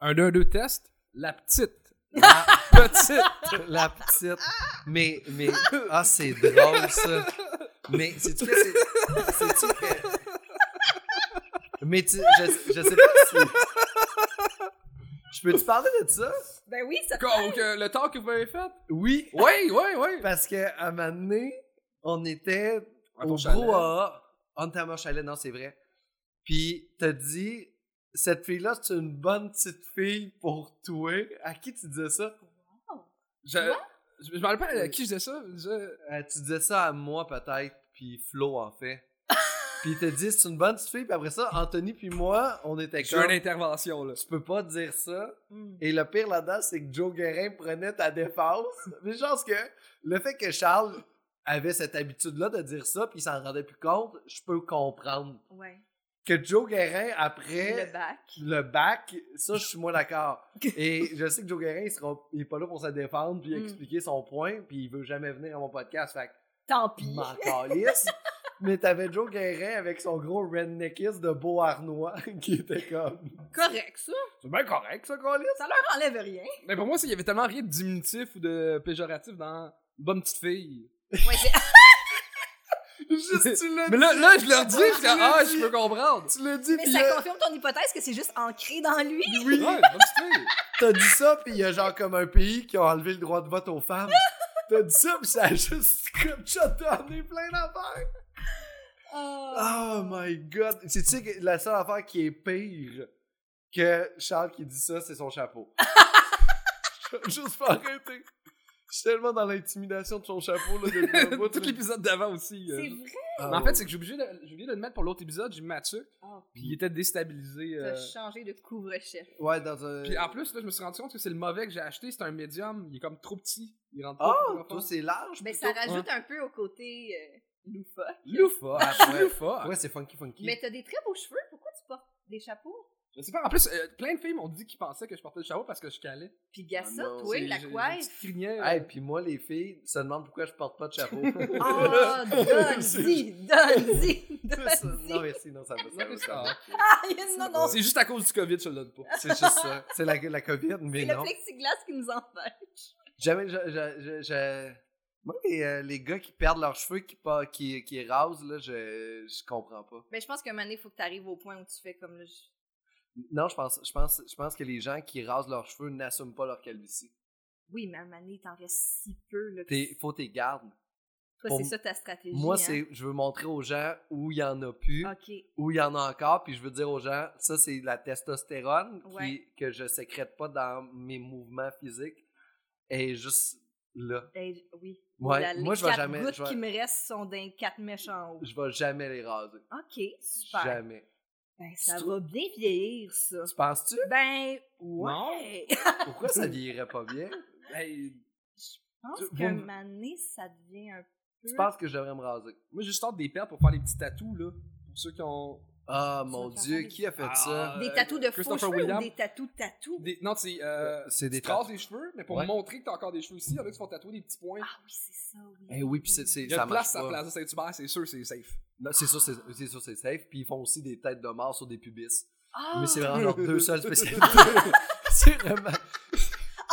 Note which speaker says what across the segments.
Speaker 1: Un 2-2 test, la petite. La petite.
Speaker 2: Ah, La petite. Mais, mais, ah, c'est drôle, ça. Mais, c'est-tu que c'est. C'est-tu que. Mais tu, je, je sais pas si. Je peux-tu parler de ça?
Speaker 3: Ben oui, ça.
Speaker 1: Donc, euh, le temps que vous m'avez fait.
Speaker 2: Oui.
Speaker 1: Oui, oui, oui.
Speaker 2: Parce qu'à un moment donné, on était
Speaker 1: À ton
Speaker 2: au
Speaker 1: chalet.
Speaker 3: euh,
Speaker 2: brouhaha. On était à mon chalet, non, c'est vrai. Puis, t'as dit, cette fille-là, c'est une bonne petite fille pour toi. À qui tu disais ça?
Speaker 1: Je, je, je me rappelle pas à qui je disais ça. Je disais-
Speaker 2: Euh, tu disais ça à moi, peut-être, puis Flo, en fait. puis, t'as dit, c'est une bonne petite fille. Puis après ça, Anthony puis moi, on était
Speaker 1: J'ai
Speaker 2: comme...
Speaker 1: une intervention, là.
Speaker 2: Tu peux pas dire ça.
Speaker 3: Mm.
Speaker 2: Et le pire là-dedans, c'est que Joe Guérin prenait ta défense. Mais je pense que le fait que Charles avait cette habitude-là de dire ça, puis il s'en rendait plus compte, je peux comprendre.
Speaker 3: Ouais.
Speaker 2: Que Joe Guérin, après
Speaker 3: Le bac.
Speaker 2: le bac, ça, je suis moins d'accord. Et je sais que Joe Guérin, il, sera, il est pas là pour se défendre, puis
Speaker 3: Mm.
Speaker 2: expliquer son point, puis il veut jamais venir à mon podcast. Fait que
Speaker 3: Tant
Speaker 2: il
Speaker 3: pis.
Speaker 2: m'en calisse. Mais t'avais Joe Guérin avec son gros redneckiste de Beauharnois qui était comme.
Speaker 3: Correct, ça.
Speaker 2: C'est bien correct, ça, calisse.
Speaker 3: Ça leur enlève rien.
Speaker 1: Mais pour moi, c'est- il y avait tellement rien de diminutif ou de péjoratif dans Bonne petite fille.
Speaker 3: Ouais, c'est-
Speaker 2: Juste, tu l'as
Speaker 1: Mais là,
Speaker 2: dit.
Speaker 1: là je leur dis, je dis,
Speaker 2: Tu l'as
Speaker 1: ah,
Speaker 2: dit.
Speaker 1: je peux comprendre.
Speaker 2: Tu l'as dit,
Speaker 3: Mais
Speaker 2: pis
Speaker 3: ça
Speaker 2: là,
Speaker 3: confirme ton hypothèse que c'est juste ancré dans lui.
Speaker 1: Oui. Ouais, bonne petite fille.
Speaker 2: t'as dit ça, pis il y a genre comme un pays qui a enlevé le droit de vote aux femmes. t'as dit ça, pis ça a juste comme chatonné plein d'affaires.
Speaker 3: Ah.
Speaker 2: Oh my god. C'est-tu que la seule affaire qui est pire que Charles qui dit ça, c'est son chapeau. Je vais juste pas arrêter. Je suis tellement dans l'intimidation de son chapeau, là, depuis un bout.
Speaker 1: Tout
Speaker 2: là.
Speaker 1: l'épisode d'avant aussi. euh.
Speaker 3: C'est vrai.
Speaker 2: Ah,
Speaker 1: Mais en fait, c'est que j'ai obligé de, j'ai oublié de le mettre pour l'autre épisode, j'ai mis Mathieu,
Speaker 3: Oh,
Speaker 1: puis il était déstabilisé.
Speaker 3: t'as
Speaker 1: euh.
Speaker 3: changé de couvre-chef.
Speaker 2: Ouais, dans un.
Speaker 1: Puis en plus, là, je me suis rendu compte que c'est le mauvais que j'ai acheté, c'est un médium, il est comme trop petit. Il rentre
Speaker 2: Ah,
Speaker 1: pas. dans
Speaker 2: toi,
Speaker 1: l'enfance.
Speaker 2: c'est large.
Speaker 3: Mais
Speaker 2: plutôt.
Speaker 3: Ben, ça rajoute un peu au côté euh, loufoque.
Speaker 1: Loufoque.
Speaker 2: Ah, ouais.
Speaker 1: Loufoque.
Speaker 2: Ouais, c'est funky, funky.
Speaker 3: Mais t'as des très beaux cheveux. Pourquoi tu portes des chapeaux?
Speaker 1: Je sais pas. En plus, euh, plein de filles m'ont dit qu'ils pensaient que je portais le chapeau parce que je calais.
Speaker 3: Puis gars,
Speaker 2: Ah
Speaker 3: ça,
Speaker 2: non,
Speaker 3: toi,
Speaker 1: C'est-
Speaker 3: la
Speaker 1: j'ai- j'ai une petite
Speaker 3: coiffe.
Speaker 1: crinière.
Speaker 2: Hey, puis moi, les filles se demandent pourquoi je porte pas de chapeau.
Speaker 3: Oh, donne-y, donne-y,
Speaker 2: Ça,
Speaker 3: donne-y.
Speaker 2: non, merci, non, ça va. Ça va, ça va.
Speaker 3: Ah, il y a une- non, non,
Speaker 1: C'est juste à cause du COVID, je le donne pas.
Speaker 2: C'est juste ça. C'est la, la COVID, mais
Speaker 3: c'est le
Speaker 2: non.
Speaker 3: plexiglas qui nous empêche.
Speaker 2: Jamais, je, je, je, je- Moi, les, euh, les gars qui perdent leurs cheveux, qui, pas- qui, qui rasent, là, je, je comprends pas.
Speaker 3: Ben, je pense qu'à un moment donné, il faut que t'arrives au point où tu fais comme là. je-
Speaker 2: Non, je pense, je pense, je pense que les gens qui rasent leurs cheveux n'assument pas leur calvitie.
Speaker 3: Oui, mais à un moment donné, il t'en reste si peu. Là, que
Speaker 2: T'es, faut tes gardes.
Speaker 3: Toi,
Speaker 2: pour
Speaker 3: c'est
Speaker 2: m-
Speaker 3: ça ta stratégie.
Speaker 2: Moi,
Speaker 3: hein?
Speaker 2: c'est, je veux montrer aux gens où il y en a plus,
Speaker 3: Ok.
Speaker 2: où il y en a encore, puis je veux dire aux gens, ça, c'est la testostérone qui-
Speaker 3: Ouais.
Speaker 2: que je sécrète pas dans mes mouvements physiques. Et juste là.
Speaker 3: Ben, j- oui.
Speaker 2: Ouais,
Speaker 3: La- les
Speaker 2: moi, je vais
Speaker 3: quatre
Speaker 2: jamais-
Speaker 3: gouttes
Speaker 2: je vais-
Speaker 3: qui me restent sont d'un quatre méchants hauts.
Speaker 2: Je vais jamais les raser.
Speaker 3: Ok, super.
Speaker 2: Jamais.
Speaker 3: Ben, ça
Speaker 2: Tu
Speaker 3: va bien vieillir, ça.
Speaker 2: Tu penses-tu?
Speaker 3: Ben, ouais.
Speaker 2: Pourquoi ça vieillirait pas bien?
Speaker 1: Hey,
Speaker 3: Je pense
Speaker 1: Tu-
Speaker 3: qu'un
Speaker 1: vous-
Speaker 3: moment donné, ça devient un peu.
Speaker 2: Tu penses que je devrais me raser?
Speaker 1: moi, j'ai juste hâte des perles pour faire les petits tatous, là. Pour ceux qui ont.
Speaker 2: Ah,
Speaker 3: Ça
Speaker 2: mon
Speaker 3: fait
Speaker 2: Dieu,
Speaker 3: mal.
Speaker 2: qui a fait
Speaker 1: Ah,
Speaker 2: ça?
Speaker 3: Des
Speaker 1: euh,
Speaker 3: tatous de faux
Speaker 1: Christopher
Speaker 3: cheveux ou
Speaker 1: Williams.
Speaker 3: des tatous de tatous?
Speaker 1: Des- Non, c'est. Euh,
Speaker 2: C'est des
Speaker 1: tu te rases
Speaker 2: tatous.
Speaker 1: les cheveux, mais pour
Speaker 2: Ouais.
Speaker 1: montrer que t'as encore des cheveux ici, il y en a qui se font tatouer des petits points.
Speaker 3: Ah oui, c'est ça, oui.
Speaker 2: Eh oui, puis c'est,
Speaker 1: Il
Speaker 2: c'est,
Speaker 1: y a
Speaker 2: ça
Speaker 1: une place
Speaker 2: marche
Speaker 1: à la
Speaker 2: pas.
Speaker 1: Plaza Saint-Hubert, c'est sûr, c'est safe.
Speaker 2: Non, c'est sûr, c'est, c'est sûr, c'est safe. Puis ils font aussi des têtes de mort sur des pubis.
Speaker 3: Ah,
Speaker 2: Mais c'est vraiment leurs deux seules spécialités. c'est vraiment...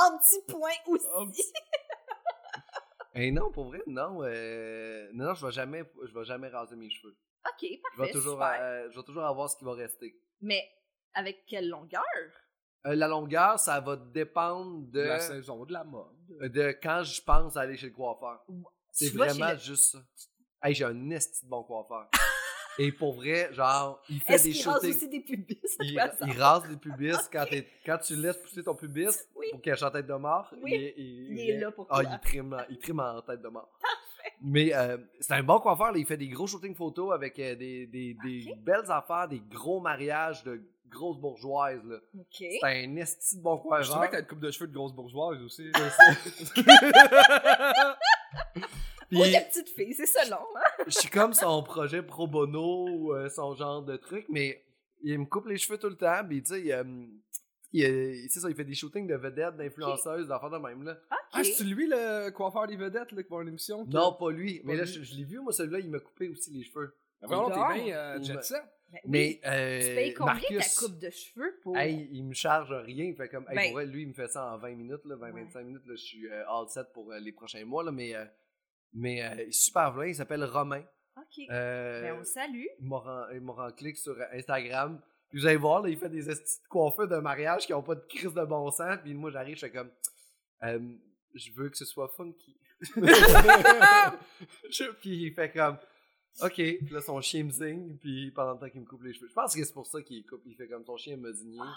Speaker 3: En petit point aussi.
Speaker 2: Eh non, pour vrai, non. euh, Non, non, je vais jamais, je vais jamais raser mes cheveux.
Speaker 3: OK,
Speaker 2: Je vais
Speaker 3: parfait,
Speaker 2: toujours,
Speaker 3: super.
Speaker 2: euh, je vais toujours avoir ce qui va rester.
Speaker 3: Mais avec quelle longueur?
Speaker 2: Euh, la longueur, ça va dépendre
Speaker 1: De la
Speaker 2: de,
Speaker 1: saison, de la mode.
Speaker 2: de quand je pense aller chez le coiffeur. C'est
Speaker 3: Tu vas
Speaker 2: vraiment
Speaker 3: chez le-
Speaker 2: juste ça. Hey, j'ai un esti de bon coiffeur. Et pour vrai, genre, il fait
Speaker 3: Est-ce
Speaker 2: des
Speaker 3: qu'il rase
Speaker 2: shootings.
Speaker 3: aussi des pubis?
Speaker 2: Il,
Speaker 3: Toi, ça?
Speaker 2: il rase les pubis quand, t'es- quand tu laisses pousser ton pubis
Speaker 3: Oui.
Speaker 2: pour qu'il ait en tête de mort.
Speaker 3: Oui.
Speaker 2: Il,
Speaker 3: Il est
Speaker 2: vient-
Speaker 3: là pour
Speaker 2: Ah,
Speaker 3: toi.
Speaker 2: il trime, en- il trime en tête de mort. Mais euh, c'est un bon coiffeur. là. Il fait des gros shootings photos avec euh, des, des- des belles affaires, des gros mariages de grosses bourgeoises. là.
Speaker 3: OK.
Speaker 2: C'est un esti de bon coiffeur.
Speaker 1: Je trouvais que t'as une coupe de cheveux de grosse bourgeoise aussi. Ah, là.
Speaker 3: Moi,
Speaker 2: Puis- Ah,
Speaker 3: la Oh, petite fille, c'est ça long, hein?
Speaker 2: je suis comme son projet pro bono, ou, euh, son genre de truc, mais il me coupe les cheveux tout le temps, puis tu sais, il, euh, il, euh, c'est ça, il fait des shootings de vedettes, d'influenceuses, d'enfants de même, là.
Speaker 1: Ah,
Speaker 3: OK.
Speaker 1: c'est lui le coiffeur des vedettes là, qui va une émission? qui-
Speaker 2: Non, pas lui,
Speaker 1: Pas
Speaker 2: mais là,
Speaker 1: lui.
Speaker 2: je, je l'ai vu, moi, celui-là, il m'a coupé aussi les cheveux.
Speaker 1: Vraiment,
Speaker 3: Non.
Speaker 1: t'es Ah, bien euh, jet set.
Speaker 3: Ben oui.
Speaker 2: Mais
Speaker 3: tu
Speaker 2: euh,
Speaker 3: payes combien
Speaker 2: Marcus,
Speaker 3: ta coupe de cheveux pour.
Speaker 2: hey, il me charge rien. Fait comme, hey,
Speaker 3: Ben.
Speaker 2: pour vrai, lui, il me fait ça en 20 minutes, là, 20,
Speaker 3: Ouais.
Speaker 2: 25 minutes. Là, je suis euh, all set pour euh, les prochains mois, là, mais, euh, mais euh, il est super vrai. Il s'appelle Romain.
Speaker 3: Ok.
Speaker 2: Euh,
Speaker 3: Ben, on le salue.
Speaker 2: Moran, euh, Moran Click sur Instagram. Puis vous allez voir, là, il fait des esti de coiffures de mariage qui n'ont pas de crise de bon sens. Puis moi, j'arrive, je fais comme, Euh, je veux que ce soit funky. Je- puis il fait comme, ok. Puis là, son chien me signe. Puis pendant le temps qu'il me coupe les cheveux, je pense que c'est pour ça qu'il coupe. Il fait comme son chien me digne.
Speaker 3: Ah,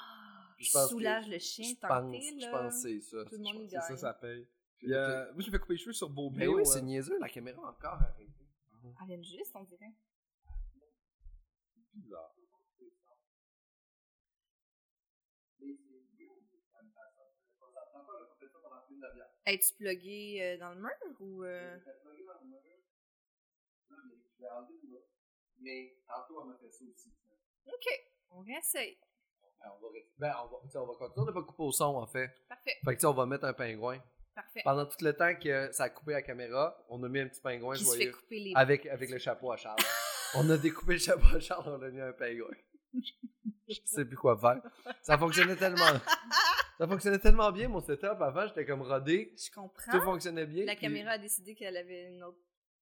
Speaker 2: je pense que-
Speaker 3: soulage le chien,
Speaker 2: Je
Speaker 3: tenté,
Speaker 2: pense, je
Speaker 3: là.
Speaker 2: pense que c'est ça.
Speaker 3: Tout le monde y
Speaker 1: C'est ça,
Speaker 3: gagne.
Speaker 1: ça paye. Puis, euh, moi, j'ai fait couper les cheveux sur euh, Beau
Speaker 2: Mais oui, c'est niaiseux, la caméra a encore arrêtée.
Speaker 3: Elle vient de Ah, juste, on dirait.
Speaker 1: bizarre.
Speaker 3: Hey, tu plugué euh, dans le mur ou. euh,
Speaker 2: Mais tantôt, on a fait ça aussi.
Speaker 3: Mm-hmm. On réessaye.
Speaker 2: Ben, on va, rester- ben, on va, tu sais, on va continuer de pas couper au son, en fait.
Speaker 3: Parfait,
Speaker 2: Fait que, tu sais, on va mettre un pingouin.
Speaker 3: parfait.
Speaker 2: Pendant tout le temps que ça a coupé la caméra, on a mis un petit pingouin
Speaker 3: Qui se fait
Speaker 2: joyeux.
Speaker 3: couper les.
Speaker 2: Avec, avec le chapeau à Charles. on a découpé le chapeau à Charles, on a mis un pingouin. Je sais plus quoi faire. Ça fonctionnait tellement. Ça fonctionnait tellement bien, mon setup. Avant, j'étais comme rodé.
Speaker 3: Je
Speaker 2: Tout
Speaker 3: comprends.
Speaker 2: fonctionnait bien.
Speaker 3: La
Speaker 2: puis-
Speaker 3: caméra a décidé qu'elle avait une autre.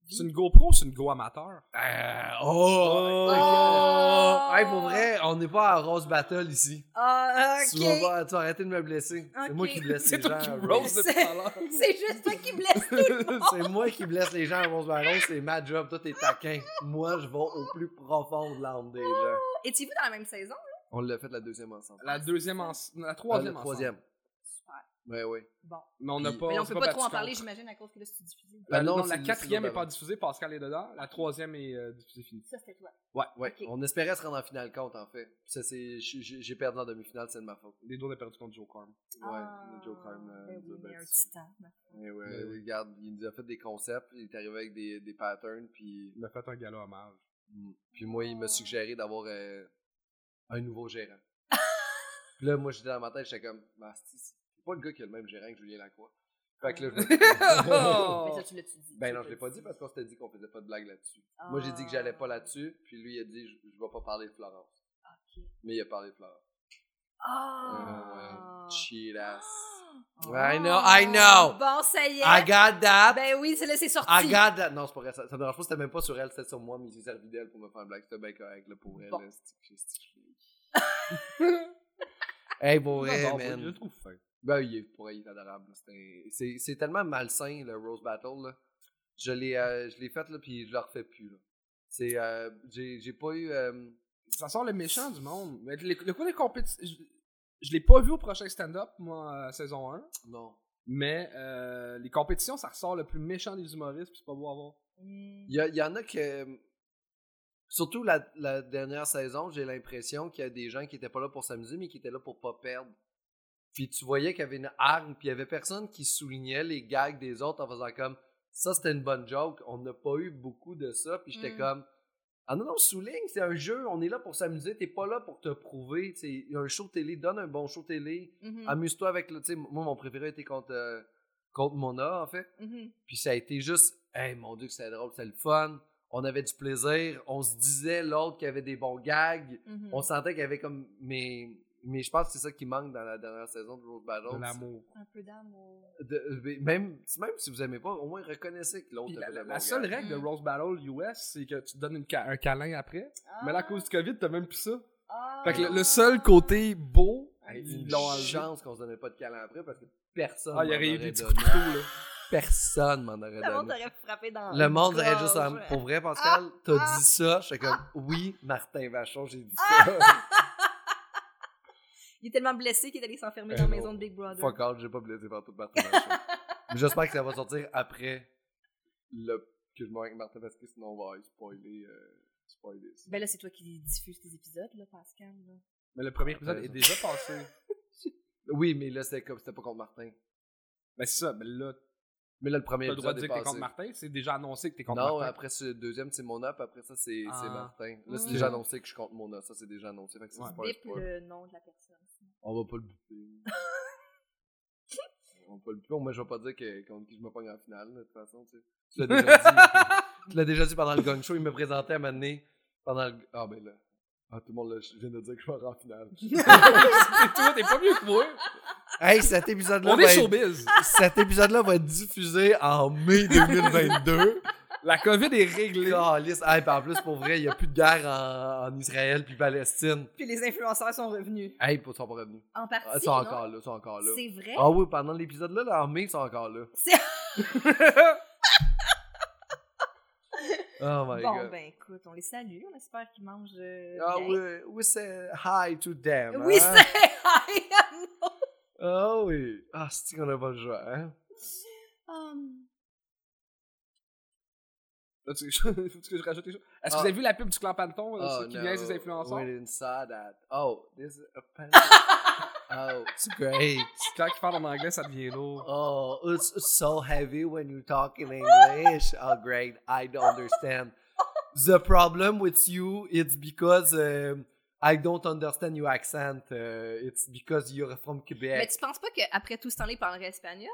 Speaker 1: C'est une GoPro ou c'est une Go amateur?
Speaker 2: Euh, oh!
Speaker 1: Oh!
Speaker 2: oh! Hey, pour vrai, on n'est pas à Rose Battle ici.
Speaker 3: Ah,
Speaker 2: Tu vas
Speaker 3: ok.
Speaker 2: voir, tu vas arrêter de me blesser. C'est
Speaker 3: Ok.
Speaker 2: moi qui blesse
Speaker 1: C'est
Speaker 2: les
Speaker 1: toi
Speaker 2: gens.
Speaker 1: qui
Speaker 2: à
Speaker 1: rose
Speaker 2: Rose.
Speaker 1: depuis tout à l'heure.
Speaker 3: C'est juste toi qui blesse tout le monde.
Speaker 2: c'est moi qui blesse les gens à Rose Battle, c'est ma job. Toi, t'es taquin. Moi, je vais au plus profond de l'âme des gens.
Speaker 3: Étiez-vous dans la même saison?
Speaker 2: On l'a fait la deuxième ensemble.
Speaker 1: La deuxième ensemble. La
Speaker 2: Ah,
Speaker 1: troisième
Speaker 2: la troisième.
Speaker 3: Super.
Speaker 2: Ouais, ouais.
Speaker 3: Bon.
Speaker 1: Mais on n'a
Speaker 2: Puis-
Speaker 1: pas.
Speaker 3: Mais là, on
Speaker 1: c'est
Speaker 3: peut pas trop en
Speaker 1: battu
Speaker 3: parler,
Speaker 1: contre.
Speaker 3: j'imagine, à cause que là, c'est diffusé.
Speaker 1: La,
Speaker 2: Ah non,
Speaker 1: non, la
Speaker 2: c'est-
Speaker 1: quatrième
Speaker 2: c'est
Speaker 1: n'est pas
Speaker 2: l'autre
Speaker 1: diffusée, Pascal est dedans. La troisième est euh, diffusée finie.
Speaker 3: Ça, c'était toi.
Speaker 2: Ouais, ouais.
Speaker 3: Ok.
Speaker 2: On espérait se rendre en finale contre, en fait. Ça, c'est. j'ai- J'ai j'ai perdu en demi-finale, c'est de ma faute.
Speaker 1: Les deux, on a perdu contre Joe Carm.
Speaker 2: Ouais, le Joe Carm. euh,
Speaker 3: Ah, Ben
Speaker 2: nous a
Speaker 3: oui, mais un
Speaker 2: battus.
Speaker 3: titan. ma foi.
Speaker 2: Mais ouais,
Speaker 1: Mais oui.
Speaker 2: regarde, il nous a fait des concepts, il est arrivé avec des, des patterns, puis,
Speaker 1: Il a fait un gala hommage.
Speaker 2: mm. puis moi, il m'a suggéré d'avoir euh, un nouveau gérant. puis là, moi, j'étais dans ma tête, j'étais comme, bah, c'est c'est pas le gars qui a le même gérant que Julien Lacroix. Fait que là, je me-
Speaker 1: Oh!
Speaker 3: Mais ça, tu l'as-tu dit?
Speaker 2: Ben
Speaker 3: Tu
Speaker 2: non,
Speaker 3: l'as
Speaker 2: je l'ai pas dit parce qu'on s'était dit qu'on faisait pas de blague là-dessus.
Speaker 3: Ah.
Speaker 2: Moi, j'ai dit que j'allais pas là-dessus, puis lui, il a dit, je, je vais pas parler de Florence.
Speaker 3: Ok.
Speaker 2: Mais il a parlé de Florence.
Speaker 3: Ah!
Speaker 2: Chill ass.
Speaker 3: Ah.
Speaker 2: Euh, I know, I know.
Speaker 3: Bon, ça y est.
Speaker 2: I got that!
Speaker 3: Ben oui, c'est là, c'est sorti.
Speaker 2: I got Ah, that! Non, c'est pas vrai, ça, ça me dérange pas, c'était même pas sur elle, c'était sur moi, mais j'ai servi d'elle pour me faire une blague. C'était bien correct, là, pour elle.
Speaker 3: Bon.
Speaker 2: là, c'est- c'est- c'est- hey, pour vrai,
Speaker 1: J'adore,
Speaker 2: man.
Speaker 1: Je le trouve fin.
Speaker 2: Ben, il est, pour elle, il est adorable. là. C'est- C'est c'est tellement malsain, le Rose Battle, là. Je l'ai euh, je l'ai fait, là, puis je le refais plus, là. C'est, euh, j'ai j'ai pas eu... euh,
Speaker 1: Ça sort le méchant du monde. Mais le, le coup des compétitions. Je, je l'ai pas vu au prochain stand-up, moi, euh, saison 1.
Speaker 2: non.
Speaker 1: Mais euh, les compétitions, ça ressort le plus méchant des humoristes, puis c'est pas beau à voir.
Speaker 3: Hmm.
Speaker 2: Il y, a- il y en a que... Surtout la, la dernière saison, j'ai l'impression qu'il y a des gens qui étaient pas là pour s'amuser, mais qui étaient là pour pas perdre. Puis tu voyais qu'il y avait une hargne, puis il y avait personne qui soulignait les gags des autres en faisant comme « Ça, c'était une bonne joke. On n'a pas eu beaucoup de ça. » Puis j'étais
Speaker 3: Mm.
Speaker 2: comme « Ah non, non, souligne, c'est un jeu. On est là pour s'amuser. T'es pas là pour te prouver. C'est un show télé. Donne un bon show télé.
Speaker 3: Mhm,
Speaker 2: Amuse-toi avec... le- tu sais, Moi, mon préféré était contre, euh, contre Mona, en fait.
Speaker 3: mhm.
Speaker 2: Puis ça a été juste, hey mon dieu, que c'est drôle, c'est le fun. On avait du plaisir. On se disait l'autre qu'il y avait des bons gags.
Speaker 3: Mhm.
Speaker 2: On sentait qu'il y avait comme. Mais, mais je pense que c'est ça qui manque dans la dernière saison de Rose Battle.
Speaker 1: De l'amour.
Speaker 3: Un peu d'amour.
Speaker 2: De- mais même, même si vous aimez pas, au moins reconnaissez que l'autre
Speaker 1: Puis
Speaker 2: avait
Speaker 1: la,
Speaker 2: des
Speaker 1: la-
Speaker 2: bons
Speaker 1: la seule
Speaker 2: gags.
Speaker 1: règle de
Speaker 3: Mm.
Speaker 1: Rose Battle US, c'est que tu te donnes une ca- un câlin après. Mais là, à cause du COVID, t'as même plus ça.
Speaker 3: Ah.
Speaker 1: Fait que le, le seul côté beau,
Speaker 2: Hey,
Speaker 1: ils
Speaker 2: une
Speaker 1: l'ont enlevé.
Speaker 2: chance qu'on se donnait pas de câlin après parce que personne.
Speaker 1: Ah, il y
Speaker 2: m'en
Speaker 1: aurait eu
Speaker 2: aurait
Speaker 1: des petits
Speaker 2: donné.
Speaker 1: couteaux, là.
Speaker 2: Personne m'en aurait
Speaker 3: Le monde
Speaker 2: donné.
Speaker 3: aurait frappé dans
Speaker 2: Le monde
Speaker 3: gorge.
Speaker 2: aurait juste. un- Pour vrai, Pascal, t'as
Speaker 3: Oh, ah,
Speaker 2: dit ça. J'étais comme, oui, Martin Vachon, j'ai dit
Speaker 3: ah,
Speaker 2: ça.
Speaker 3: Il est tellement blessé qu'il est allé s'enfermer
Speaker 2: Eh
Speaker 3: dans la
Speaker 2: non.
Speaker 3: maison de Big Brother.
Speaker 2: Fuck all, j'ai pas blessé par toute Martin Vachon. Mais J'espère que ça va sortir après le que je m'en avec Martin parce que sinon on va spoiler, euh, spoiler ça.
Speaker 3: Ben là, c'est toi qui diffuse tes épisodes, là, Pascal. là.
Speaker 1: Mais le premier épisode
Speaker 2: Ouais,
Speaker 1: est
Speaker 2: ça.
Speaker 1: déjà passé.
Speaker 2: Oui, mais là c'était comme c'était pas contre Martin.
Speaker 1: Ben, c'est ça. Ben là,
Speaker 2: Mais là le premier
Speaker 1: t'as le droit de
Speaker 2: épisode
Speaker 1: dire que t'es
Speaker 2: est passé.
Speaker 1: contre Martin. C'est déjà annoncé que t'es contre
Speaker 2: non,
Speaker 1: Martin.
Speaker 2: après ce deuxième c'est mon up, après ça c'est
Speaker 1: Ah.
Speaker 2: c'est Martin. Là c'est
Speaker 3: Mm.
Speaker 2: déjà annoncé que je compte mon up, ça c'est déjà annoncé. Fait que c'est
Speaker 1: Ouais.
Speaker 2: Ah, pas un
Speaker 3: Bip
Speaker 2: spoil.
Speaker 3: le nom de la personne.
Speaker 2: On va pas le buter. on va pas le buter, mais je vais pas dire que, contre qui je me pogne en finale, de toute façon, tu sais. Tu l'as déjà dit. tu l'as déjà dit pendant le gong show, il me présentait à un moment donné, pendant le... Ah ben là,
Speaker 4: Ah, tout le monde, là, je viens de dire que je vais en finale.
Speaker 1: C'est toi, t'es pas mieux que moi.
Speaker 2: Hey, cet épisode-là
Speaker 1: On
Speaker 2: va,
Speaker 1: est
Speaker 2: être...
Speaker 1: showbiz.
Speaker 2: cet épisode va être diffusé en mai 2022.
Speaker 1: La COVID est réglée.
Speaker 2: Calisse. Hey, puis en plus, pour vrai, il n'y a plus de guerre en, en Israël puis Palestine.
Speaker 3: Puis les influenceurs sont revenus.
Speaker 2: Hey, ils sont pas revenus.
Speaker 3: En
Speaker 2: Ah, Ils
Speaker 3: partie.
Speaker 2: sont
Speaker 3: non?
Speaker 2: encore là, ils sont encore là.
Speaker 3: C'est vrai.
Speaker 2: Ah oui, pendant l'épisode-là, là, en mai, ils sont encore là.
Speaker 3: C'est-
Speaker 2: Oh my
Speaker 3: bon,
Speaker 2: god.
Speaker 3: ben écoute, on les salue. On espère qu'ils mangent. euh,
Speaker 2: Ah
Speaker 3: bien.
Speaker 2: oui, we say hi to them.
Speaker 3: Oui,
Speaker 2: hein?
Speaker 3: c'est. I know.
Speaker 2: Ah oui. Ah, c'est qu'on a pas le choix, hein?
Speaker 3: Um,
Speaker 1: Là, tu- Faut-tu que je rajoute quelque chose? Est-ce que
Speaker 2: Ah.
Speaker 1: vous avez vu la pub du clan Panton, là,
Speaker 2: Oh,
Speaker 1: ceux qui vient
Speaker 2: no.
Speaker 1: des influenceurs?
Speaker 2: We didn't saw that. Oh, this is a pen- Oh, it's great.
Speaker 1: Quand ils parlent en anglais, ça devient lourd.
Speaker 2: Oh, it's so heavy when you talk in English. Oh, great. I don't understand. The problem with you, it's because um, I don't understand your accent. Uh, it's because you're from
Speaker 3: Mais
Speaker 2: Quebec.
Speaker 3: tu penses pas qu'après tout ce temps-là, ils parleraient espagnol?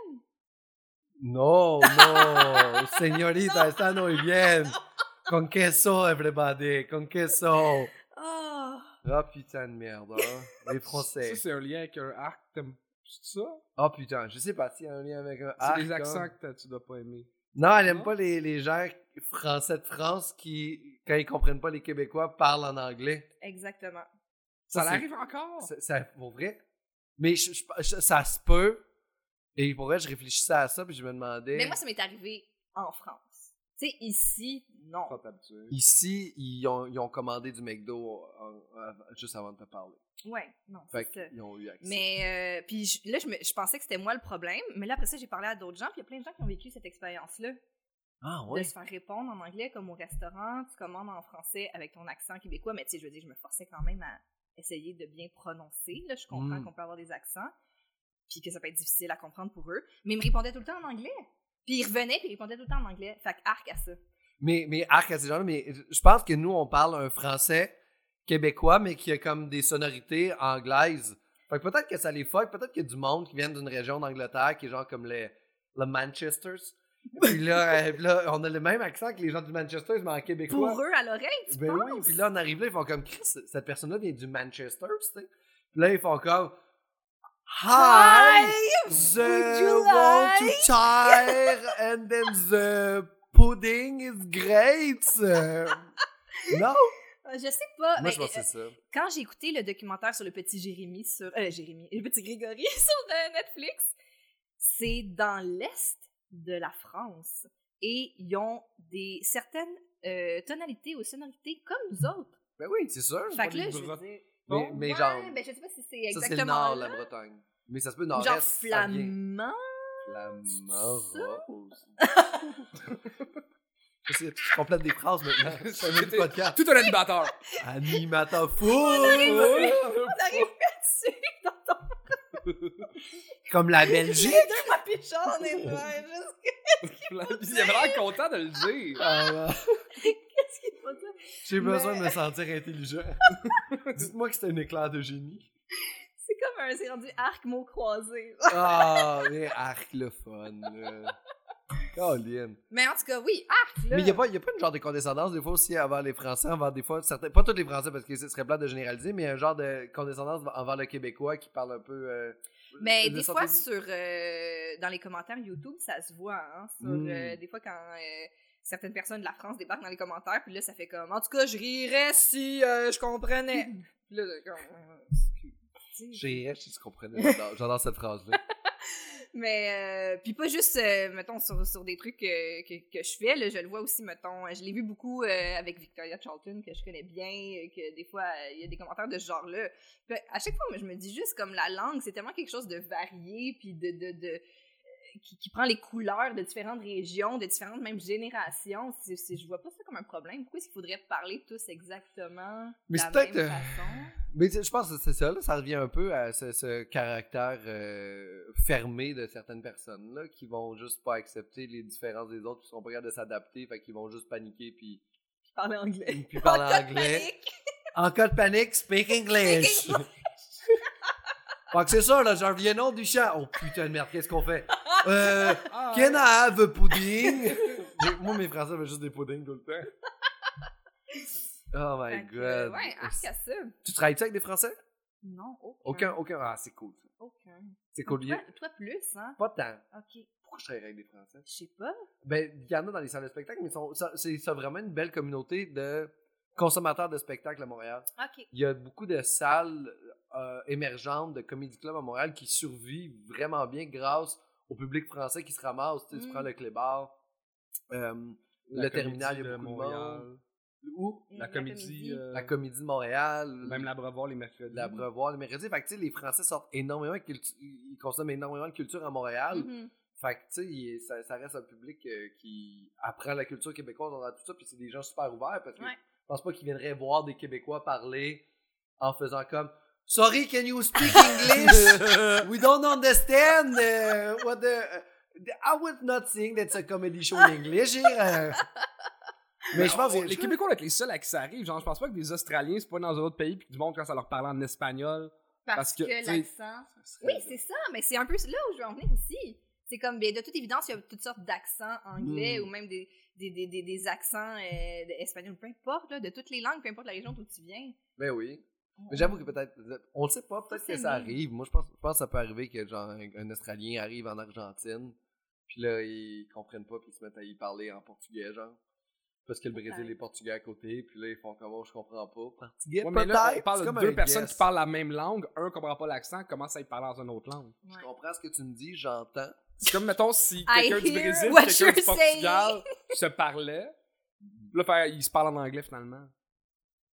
Speaker 2: No, no, señorita, está muy bien. Con queso, everybody, con queso.
Speaker 3: Oh.
Speaker 2: Ah, putain de merde, hein. Les Français.
Speaker 1: Ça, c'est un lien avec un arc. T'aimes ça?
Speaker 2: Ah, putain, je sais pas s'il y a un lien avec un arc,
Speaker 1: C'est des
Speaker 2: hein.
Speaker 1: accents que t'as- tu dois pas aimer.
Speaker 2: Non, elle aime
Speaker 1: Non?
Speaker 2: pas les, les gens français de France qui, quand ils comprennent pas les Québécois, parlent en anglais.
Speaker 3: Exactement.
Speaker 1: Ça,
Speaker 2: c'est-
Speaker 1: l'arrive encore?
Speaker 2: Ça, ça- pour vrai. Mais je- je- je- ça se peut. Et pour vrai, je réfléchissais à ça, puis je me demandais.
Speaker 3: Mais moi, ça m'est arrivé en France. Tu sais, ici, non.
Speaker 1: Faut t'habituer.
Speaker 2: Ici, ils ont, ils ont commandé du McDo en- en- av- juste avant de te parler.
Speaker 3: Ouais, non.
Speaker 2: Fait
Speaker 3: c'est ça.
Speaker 2: qu'ils ont eu accès.
Speaker 3: Mais euh, puis je- là, je, me- je pensais que c'était moi le problème. Mais là, après ça, j'ai parlé à d'autres gens. Puis il y a plein de gens qui ont vécu cette expérience-là.
Speaker 2: Ah,
Speaker 3: De
Speaker 2: ouais.
Speaker 3: se faire répondre en anglais, comme au restaurant, tu commandes en français avec ton accent québécois. Mais tu sais, je veux dire, je me forçais quand même à essayer de bien prononcer. Là, je comprends
Speaker 2: Mm.
Speaker 3: qu'on peut avoir des accents. Puis que ça peut être difficile à comprendre pour eux. Mais ils me répondaient tout le temps en anglais. Puis ils revenaient, puis ils répondaient tout le temps en anglais. Fait que arc à ça.
Speaker 2: Mais, mais arc à ces gens-là, mais je pense que nous, on parle un français québécois, mais qui a comme des sonorités anglaises. Fait que peut-être que ça les fuck, peut-être qu'il y a du monde qui vient d'une région d'Angleterre qui est genre comme les, le Manchesters. Puis là, euh, puis là, on a le même accent que les gens du Manchester, mais en québécois.
Speaker 3: Pour eux, à l'oreille, tu
Speaker 2: ben oui,
Speaker 3: penses?
Speaker 2: puis là, on arrive là, ils font comme Chris, cette personne-là vient du Manchester, tu sais. Puis là, ils font comme Hi!
Speaker 3: Would you
Speaker 2: The want to
Speaker 3: like?
Speaker 2: tire and then the pudding is great. Euh, non?
Speaker 3: Euh, Je sais
Speaker 2: Moi,
Speaker 3: pas. mais,
Speaker 2: je pense que
Speaker 3: euh,
Speaker 2: c'est ça.
Speaker 3: quand j'ai écouté le documentaire sur le petit Jérémy sur. Euh, Jérémy. Le petit Grégory sur euh, Netflix, c'est dans l'Est de la France. Et ils ont des certaines euh, tonalités ou sonorités comme nous autres.
Speaker 2: Ben oui, c'est sûr.
Speaker 3: Fait que
Speaker 1: les
Speaker 3: là, je veux
Speaker 1: Bretons.
Speaker 3: dire.
Speaker 2: Mais-
Speaker 3: bon,
Speaker 2: mais
Speaker 3: ouais,
Speaker 2: genre-
Speaker 3: ben, je sais pas si c'est
Speaker 2: Ça, c'est le nord,
Speaker 3: exactement.
Speaker 2: la
Speaker 3: là,
Speaker 2: Bretagne. Mais ça se peut
Speaker 3: ou
Speaker 2: nord-est.
Speaker 3: genre
Speaker 2: ça vient.
Speaker 3: flamand.
Speaker 2: Flamand.
Speaker 3: Ça?
Speaker 2: Parce que tu complètes des phrases maintenant. C'est un autre podcast.
Speaker 1: Tout un animateur!
Speaker 2: Animateur fou!
Speaker 3: On arrive là-dessus dans ton
Speaker 2: Comme la Belgique.
Speaker 3: pigeon, on est vraiment juste-
Speaker 1: Il avait l'air content de le dire.
Speaker 2: Ah, ouais.
Speaker 3: Qu'est-ce qu'il faut dire?
Speaker 2: J'ai
Speaker 3: Mais-
Speaker 2: besoin de me sentir intelligent. Dites-moi que c'est un éclair de génie.
Speaker 3: C'est comme un. C'est rendu arc mot croisé.
Speaker 2: Ah, mais arc le fun, là. Colin.
Speaker 3: Mais en tout cas, oui, arc, là.
Speaker 2: Mais il n'y a, pas- y a pas une genre de condescendance, des fois, aussi, envers les Français, envers des fois, certains, pas tous les Français, parce que ce serait plat de généraliser, mais un genre de condescendance envers le Québécois qui parle un peu. euh,
Speaker 3: Mais
Speaker 2: de
Speaker 3: des fois,
Speaker 2: sortez-vous.
Speaker 3: sur, euh, dans les commentaires YouTube, ça se voit. Hein, sur,
Speaker 2: Mm.
Speaker 3: euh, des fois, quand euh, certaines personnes de la France débarquent dans les commentaires, puis là, ça fait comme En tout cas, je rirais si euh, je comprenais. Puis là, c'est comme, euh, excuse.
Speaker 2: J'ai si tu comprenais. J'adore- J'adore cette phrase-là.
Speaker 3: Mais, euh, puis pas juste, euh, mettons, sur, sur des trucs que, que, que je fais, là, je le vois aussi, mettons, je l'ai vu beaucoup euh, avec Victoria Charlton, que je connais bien, euh, que des fois, euh, il y a des commentaires de ce genre-là. Puis, À chaque fois, moi, je me dis juste, comme la langue, c'est tellement quelque chose de varié, puis de... de, de euh, qui, qui prend les couleurs de différentes régions, de différentes même générations. C'est- c'est- je vois pas ça comme un problème. Pourquoi est-ce qu'il faudrait parler tous exactement
Speaker 2: Mais
Speaker 3: de
Speaker 2: c'est
Speaker 3: la
Speaker 2: peut-être,
Speaker 3: même
Speaker 2: euh,
Speaker 3: façon?
Speaker 2: Mais c'est- je pense que c'est ça, là, ça revient un peu à ce, ce caractère euh, fermé de certaines personnes là, qui vont juste pas accepter les différences des autres, qui sont pas capables de s'adapter, fait qu'ils vont juste paniquer puis,
Speaker 3: Parler anglais.
Speaker 2: puis parler anglais.
Speaker 3: Panique!
Speaker 2: En cas de panique, speak English. fait que c'est ça, là, j'en reviens non du chat. Oh putain de merde, qu'est-ce qu'on fait? Euh,
Speaker 1: Ah,
Speaker 2: can I have a pudding? Moi, mes Français veulent juste des puddings tout le temps. Oh my
Speaker 3: Fait que,
Speaker 2: god.
Speaker 3: ouais, arc à ça.
Speaker 2: Tu travailles-tu avec des Français?
Speaker 3: Non, aucun.
Speaker 2: Aucun, aucun. Ah, c'est cool. ça.
Speaker 3: Aucun.
Speaker 2: C'est cool. Il y a-
Speaker 3: Toi, toi plus, hein?
Speaker 2: Pas tant.
Speaker 3: Ok.
Speaker 2: Pourquoi je travaille avec des Français?
Speaker 3: Je sais pas.
Speaker 2: Ben, il y en a dans les salles de spectacle, mais ils sont- ça- c'est ça a vraiment une belle communauté de consommateurs de spectacles à Montréal.
Speaker 3: Ok.
Speaker 2: Il y a beaucoup de salles euh, émergentes de comédie club à Montréal qui survivent vraiment bien grâce au public français qui se ramasse. Tu sais, Tu
Speaker 3: Mm.
Speaker 2: prends le Clébar, euh,
Speaker 1: La Comédie
Speaker 2: le terminal, il y
Speaker 1: de
Speaker 2: a beaucoup
Speaker 1: Montréal.
Speaker 2: de monde. Où?
Speaker 1: La comédie. euh,
Speaker 2: La comédie de Montréal.
Speaker 1: Même l'Abreuvoir les mercredis.
Speaker 2: l'abreuvoir le mercredi. Fait que, tu sais, les Français sortent énormément, de cultu- ils consomment énormément de culture à Montréal.
Speaker 3: Mhm.
Speaker 2: Fait que, tu sais, il- ça, ça reste un public euh, qui apprend la culture québécoise, on a tout ça, puis c'est des gens super ouverts parce que
Speaker 3: Ouais.
Speaker 2: je pense pas qu'ils viendraient voir des Québécois parler en faisant comme Sorry, can you speak English? We don't understand uh, what the. uh, I would not think that's a comedy show in English. here. Mais je pense
Speaker 1: on-
Speaker 2: que
Speaker 1: les Québécois, on doit être les seuls à qui ça arrive. Genre, je pense pas que des Australiens, c'est pas dans un autre pays, puis du monde, quand ça leur parle en espagnol. Parce
Speaker 3: Parce
Speaker 1: que,
Speaker 3: que,
Speaker 1: tu sais,
Speaker 3: l'accent.
Speaker 2: euh,
Speaker 3: Oui, c'est ça, mais c'est un peu là où je veux en venir aussi. C'est comme, ben, de toute évidence, il y a toutes sortes d'accents anglais
Speaker 2: Mm.
Speaker 3: ou même des, des, des, des, des accents euh, espagnols, peu importe, là, de toutes les langues, peu importe la région d'où tu viens.
Speaker 2: Ben oui. Mais j'avoue que peut-être. On le sait pas, peut-être
Speaker 3: Ça,
Speaker 2: que
Speaker 3: c'est
Speaker 2: ça
Speaker 3: mieux.
Speaker 2: arrive. Moi, je pense, je pense que ça peut arriver que genre un, un Australien arrive en Argentine, puis là, ils comprennent pas, puis ils se mettent à y parler en portugais, genre. Parce que le Brésil
Speaker 3: Peut-être.
Speaker 2: est portugais à côté, puis là, ils font comment je comprends pas. Portugais,
Speaker 1: Ouais, mais
Speaker 2: peut-être.
Speaker 1: là, on
Speaker 2: c'est
Speaker 1: parle
Speaker 2: comme
Speaker 1: de
Speaker 2: un
Speaker 1: deux personnes
Speaker 2: guess.
Speaker 1: qui parlent la même langue. Un comprend pas l'accent, commence à y parler dans une autre langue.
Speaker 2: Je comprends ce que tu me dis, j'entends.
Speaker 1: C'est comme, mettons, si
Speaker 3: I
Speaker 1: quelqu'un du
Speaker 3: hear
Speaker 1: Brésil,
Speaker 3: what
Speaker 1: quelqu'un du
Speaker 3: you're
Speaker 1: Portugal se parlait, là, faire- ils se parlent en anglais finalement.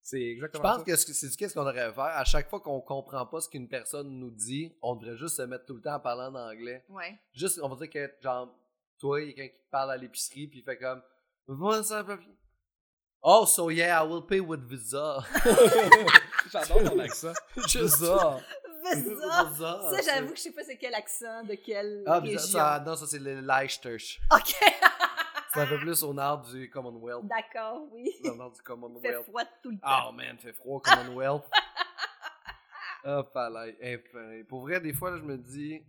Speaker 1: C'est
Speaker 2: Je
Speaker 1: exactement
Speaker 2: pense
Speaker 1: ça.
Speaker 2: que c'est ce qu'est-ce qu'on devrait faire. À chaque fois qu'on comprend pas ce qu'une personne nous dit, on devrait juste se mettre tout le temps à parler en anglais.
Speaker 3: Ouais.
Speaker 2: Juste, on va dire que, genre, toi, il y a quelqu'un qui te parle à l'épicerie, puis il fait comme, What's up, baby? Oh, so yeah, I will pay with Visa.
Speaker 1: J'adore ton accent.
Speaker 2: Visa.
Speaker 3: Bizarre. Ça, j'avoue que je hein. sais pas c'est quel accent, de quelle
Speaker 2: Ah, Visa,
Speaker 3: région.
Speaker 2: ça, non, ça, c'est le Leicestershire.
Speaker 3: Ok,
Speaker 2: C'est un peu plus au nord du Commonwealth.
Speaker 3: d'accord, oui.
Speaker 2: Au nord du
Speaker 3: Fait
Speaker 2: Commonwealth.
Speaker 3: froid tout le temps.
Speaker 2: Oh, man, fait froid au Commonwealth. Hop, à l'ail. Eh, pareil. Pour vrai, des fois, là, je me dis...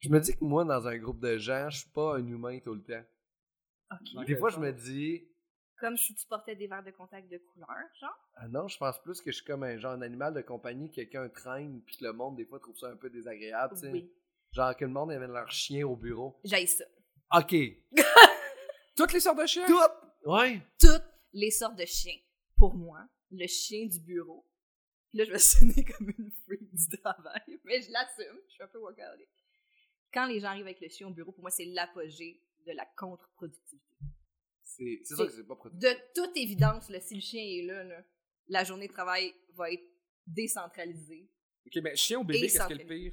Speaker 2: Je me dis que moi, dans un groupe de gens, je suis pas un humain tout le temps.
Speaker 1: Dans
Speaker 2: Des
Speaker 1: quel
Speaker 2: fois, je
Speaker 1: sens?
Speaker 2: me dis,
Speaker 3: Comme si tu portais des verres de contact de couleur, genre.
Speaker 2: ah non, je pense plus que je suis comme un genre un animal de compagnie, que quelqu'un traîne, puis que le monde, des fois, trouve ça un peu désagréable, tu sais.
Speaker 3: Oui.
Speaker 2: Genre que le monde avait leur chien au bureau.
Speaker 3: J'aille ça.
Speaker 2: OK.
Speaker 1: Toutes les sortes de chiens.
Speaker 2: Tout! Ouais.
Speaker 3: toutes les sortes de chiens. Pour moi, le chien du bureau. Puis là, je vais sonner comme une freak du travail, mais je l'assume. Je suis un peu workaholic. Quand les gens arrivent avec le chien au bureau, pour moi, c'est l'apogée de la contre-productivité.
Speaker 2: C'est c'est sûr que c'est pas productif.
Speaker 3: De toute évidence, là, si le chien est là, là, la journée de travail va être décentralisée.
Speaker 1: Ok, mais chien ou bébé,
Speaker 3: Et
Speaker 1: qu'est-ce
Speaker 3: sans
Speaker 1: qui est le pire?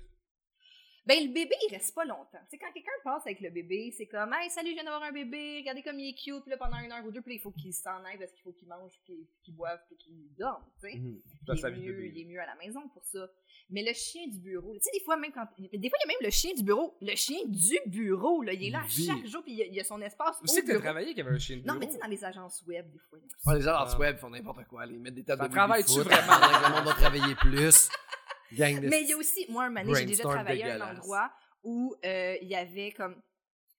Speaker 3: Ben, le bébé, il reste pas longtemps. Tu sais, quand quelqu'un passe avec le bébé, c'est comme, hey, salut, je viens d'avoir un bébé, regardez comme il est cute, puis là, pendant une heure ou deux, puis là, il faut qu'il s'en aille parce qu'il faut qu'il mange, puis qu'il qu'il boive, puis qu'il dorme, tu sais.
Speaker 1: Dans
Speaker 3: il,
Speaker 1: sa
Speaker 3: est
Speaker 1: vie de
Speaker 3: mieux, il
Speaker 1: bébé.
Speaker 3: est mieux à la maison pour ça. Mais le chien du bureau, tu sais, des fois, même quand. Des fois, il y a même le chien du bureau. Le chien du bureau, là, il est là à
Speaker 2: Il vit.
Speaker 3: chaque jour, puis il y a, il y a son espace.
Speaker 1: Où
Speaker 3: au
Speaker 1: c'est que t'as
Speaker 3: bureau.
Speaker 1: travaillé qu'il y avait un chien de
Speaker 3: Non, mais
Speaker 1: bureau?
Speaker 3: tu sais, dans les agences web, des fois. il y a
Speaker 2: Ouais,
Speaker 3: ça.
Speaker 2: les gens
Speaker 1: Ah.
Speaker 2: dans ce web font n'importe quoi. Ils mettent des tables
Speaker 1: Ça
Speaker 2: de baby
Speaker 1: travaille-tu
Speaker 2: foot,
Speaker 1: vraiment?
Speaker 2: pendant que le monde va travailler plus. Gang de
Speaker 3: Mais il y a aussi, moi, un moment, j'ai déjà
Speaker 2: Brainstorm
Speaker 3: travaillé à un
Speaker 2: dégueulasse.
Speaker 3: endroit où euh, il y avait comme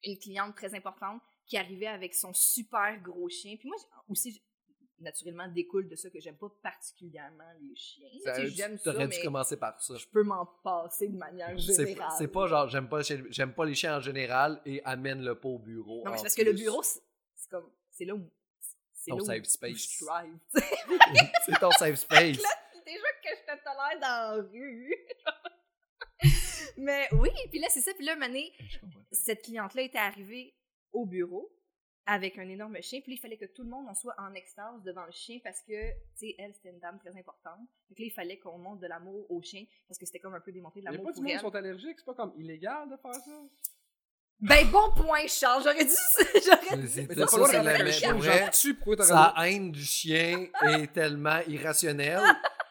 Speaker 3: une cliente très importante qui arrivait avec son super gros chien. Puis moi, j- aussi, j- naturellement, découle de ça que j'aime pas particulièrement les chiens.
Speaker 2: Ça,
Speaker 3: Tu sais, j'aime ça,
Speaker 2: T'aurais
Speaker 3: mais
Speaker 2: dû commencer par ça.
Speaker 3: je peux m'en passer de manière
Speaker 2: C'est
Speaker 3: générale.
Speaker 2: c'est pas genre, j'aime pas, le chien- j'aime pas les chiens en général et amène le pot au bureau.
Speaker 3: Non, mais
Speaker 2: en
Speaker 3: c'est parce que le
Speaker 2: plus.
Speaker 3: bureau, c'est c'est comme. C'est là où. C'est
Speaker 2: Ton
Speaker 3: là où,
Speaker 2: safe
Speaker 3: où
Speaker 2: space.
Speaker 3: je thrive. tu sais.
Speaker 2: c'est ton safe space.
Speaker 3: Déjà que je te tolère dans la rue. mais oui, puis là, c'est ça. Puis là, Mané,
Speaker 2: Je comprends.
Speaker 3: cette cliente-là était arrivée au bureau avec un énorme chien. Puis là, il fallait que tout le monde en soit en extase devant le chien parce que, tu sais, elle, c'était une dame très importante. Donc là, il fallait qu'on montre de l'amour au chien parce que c'était comme un peu démonter
Speaker 1: Il
Speaker 3: de
Speaker 1: y a
Speaker 3: l'amour
Speaker 1: pas du
Speaker 3: pour
Speaker 1: monde qui
Speaker 3: elle.
Speaker 1: sont allergiques, c'est pas comme illégal de faire ça.
Speaker 3: Ben, bon point, Charles. J'aurais dû. J'aurais dû.
Speaker 2: C'est-
Speaker 1: Mais t'as
Speaker 2: ça,
Speaker 1: pas le droit
Speaker 2: c'est
Speaker 1: d'avoir
Speaker 2: la-
Speaker 1: un
Speaker 2: mais
Speaker 1: chien,
Speaker 2: pour
Speaker 1: genre,
Speaker 2: vrai,
Speaker 1: tu, pourquoi t'aurais
Speaker 2: sa haine du chien est tellement irrationnelle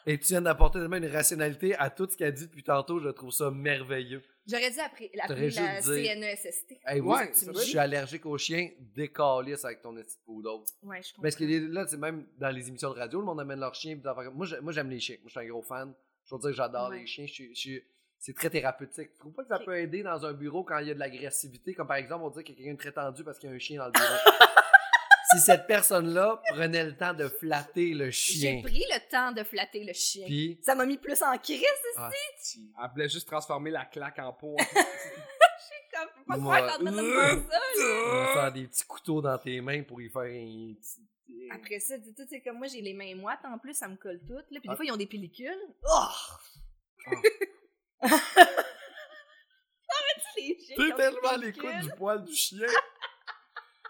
Speaker 2: et tu viens d'apporter tellement une rationalité à tout ce qu'elle dit depuis tantôt, je trouve ça merveilleux.
Speaker 3: J'aurais dû appeler
Speaker 2: T'aurais
Speaker 3: appeler
Speaker 2: juste
Speaker 3: la E
Speaker 2: dit- Euh,
Speaker 3: CNESST.
Speaker 2: Hey,
Speaker 1: Ouais,
Speaker 2: oui,
Speaker 1: ça
Speaker 2: je
Speaker 1: doit être-
Speaker 2: suis allergique aux chiens, décalisse avec ton petit poudre.
Speaker 3: Ouais, je comprends.
Speaker 2: Mais ce qu'il est là, c'est même dans les émissions de radio, le monde amène leurs chiens. puis des affaires comme- Moi, j'ai- moi, j'aime les chiens. Moi, je suis un gros fan. Je veux dire que j'adore
Speaker 3: Ouais.
Speaker 2: les chiens. Je suis- je suis- c'est très thérapeutique. Tu trouves pas que ça
Speaker 3: Ok.
Speaker 2: peut aider dans un bureau quand il y a de l'agressivité? Comme par exemple, on dit que quelqu'un est très tendu parce qu'il y a un chien dans le bureau. si cette personne-là prenait le temps de flatter le
Speaker 3: J'ai
Speaker 2: chien.
Speaker 3: pris le temps de flatter le chien.
Speaker 2: Puis
Speaker 3: Ça m'a mis plus en crise, c'est
Speaker 1: Elle voulait juste transformer la claque en peau.
Speaker 3: comme, faut pas
Speaker 2: Moi- euh.
Speaker 3: croire qu'on est en train de faire ça.
Speaker 2: on va faire des petits couteaux dans tes mains pour y faire un petit-
Speaker 3: Après ça, tu sais, c'est comme moi, j'ai les mains moites en plus, ça me colle toutes. Là. Puis
Speaker 2: Ah.
Speaker 3: des fois, ils ont des pellicules. Oh!
Speaker 2: Ah.
Speaker 3: les chiens qui
Speaker 2: T'es
Speaker 3: ont
Speaker 2: tellement
Speaker 3: des
Speaker 2: les
Speaker 3: pellicules?
Speaker 2: coups du poil du chien.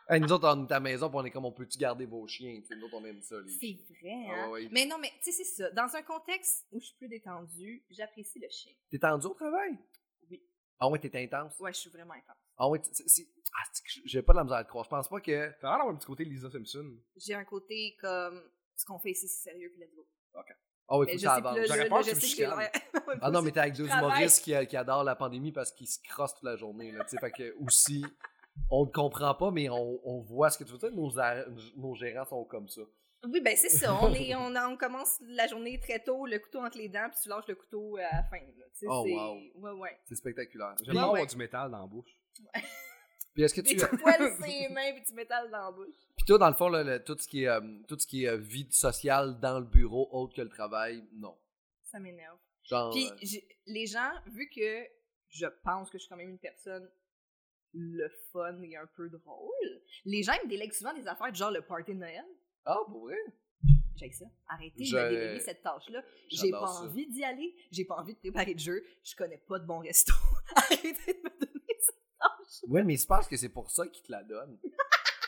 Speaker 2: Hey, nous autres, on est à la maison, puis on est comme, on peut-tu garder vos chiens? Tu sais, nous autres, on aime ça, les chiens.
Speaker 3: C'est vrai,
Speaker 2: Ah
Speaker 3: hein?
Speaker 2: ouais, ouais.
Speaker 3: Mais non, mais tu sais, c'est ça. Dans un contexte où je suis plus détendue, j'apprécie le chien.
Speaker 2: T'es tendu au travail?
Speaker 3: Oui.
Speaker 2: Ah ouais, t'es intense?
Speaker 3: Ouais, je suis vraiment intense.
Speaker 2: Ah ouais, tu- c'est- c'est- ah, c'est que j'ai pas de la misère à te croire. Je pense pas que...
Speaker 1: T'as l'air d'avoir un petit côté Lisa Simpson.
Speaker 3: J'ai un côté comme ce qu'on fait ici, c'est sérieux, puis let's go.
Speaker 2: Ah ouais,
Speaker 3: Mais
Speaker 2: faut que
Speaker 3: je sais
Speaker 2: ça
Speaker 3: que
Speaker 2: avance.
Speaker 3: là,
Speaker 1: J'aurais
Speaker 3: là,
Speaker 1: peur
Speaker 3: là, je
Speaker 1: que tu
Speaker 3: sais
Speaker 1: me
Speaker 3: que.
Speaker 1: chicanes.
Speaker 3: ouais.
Speaker 2: Ah non, mais t'es avec deux
Speaker 3: Travail.
Speaker 2: humoristes qui, qui adorent la pandémie parce qu'ils se crossent toute la journée, là, tu sais, fait que aussi... On ne comprend pas, mais on, on voit ce que tu veux dire. Nos, a- nos gérants sont comme ça.
Speaker 3: Oui, ben c'est ça. On, est, on, on commence la journée très tôt, le couteau entre les dents, puis tu lâches le couteau à la fin. là. Tu sais,
Speaker 2: Oh,
Speaker 3: c'est-
Speaker 2: wow.
Speaker 3: Ouais, ouais.
Speaker 2: C'est spectaculaire.
Speaker 1: J'aime
Speaker 3: Ouais,
Speaker 1: pas avoir
Speaker 3: ouais.
Speaker 1: du métal dans la bouche.
Speaker 2: Puis est-ce que
Speaker 3: Des
Speaker 2: tu...
Speaker 3: petits poils sur les mains, puis tu métal dans la bouche.
Speaker 2: Puis toi, dans le fond, là, le- tout ce qui est, euh, tout ce qui est euh, vie sociale dans le bureau, autre que le travail, non.
Speaker 3: Ça m'énerve.
Speaker 2: Genre,
Speaker 3: Puis
Speaker 2: euh,
Speaker 3: j'ai- les gens, vu que je pense que je suis quand même une personne le fun et un peu drôle, les gens ils me délèguent souvent des affaires du genre le party de Noël.
Speaker 2: ah, pour vrai?
Speaker 3: J'ai ça. Arrêtez
Speaker 2: Je-
Speaker 3: de me déléguer cette tâche-là. J'ai
Speaker 2: J'adore
Speaker 3: pas
Speaker 2: ça.
Speaker 3: envie d'y aller. J'ai pas envie de préparer de jeu. Je connais pas de bon resto. Arrêtez de me donner ça.
Speaker 2: Ouais, mais il se passe que c'est pour ça qu'ils te la donnent.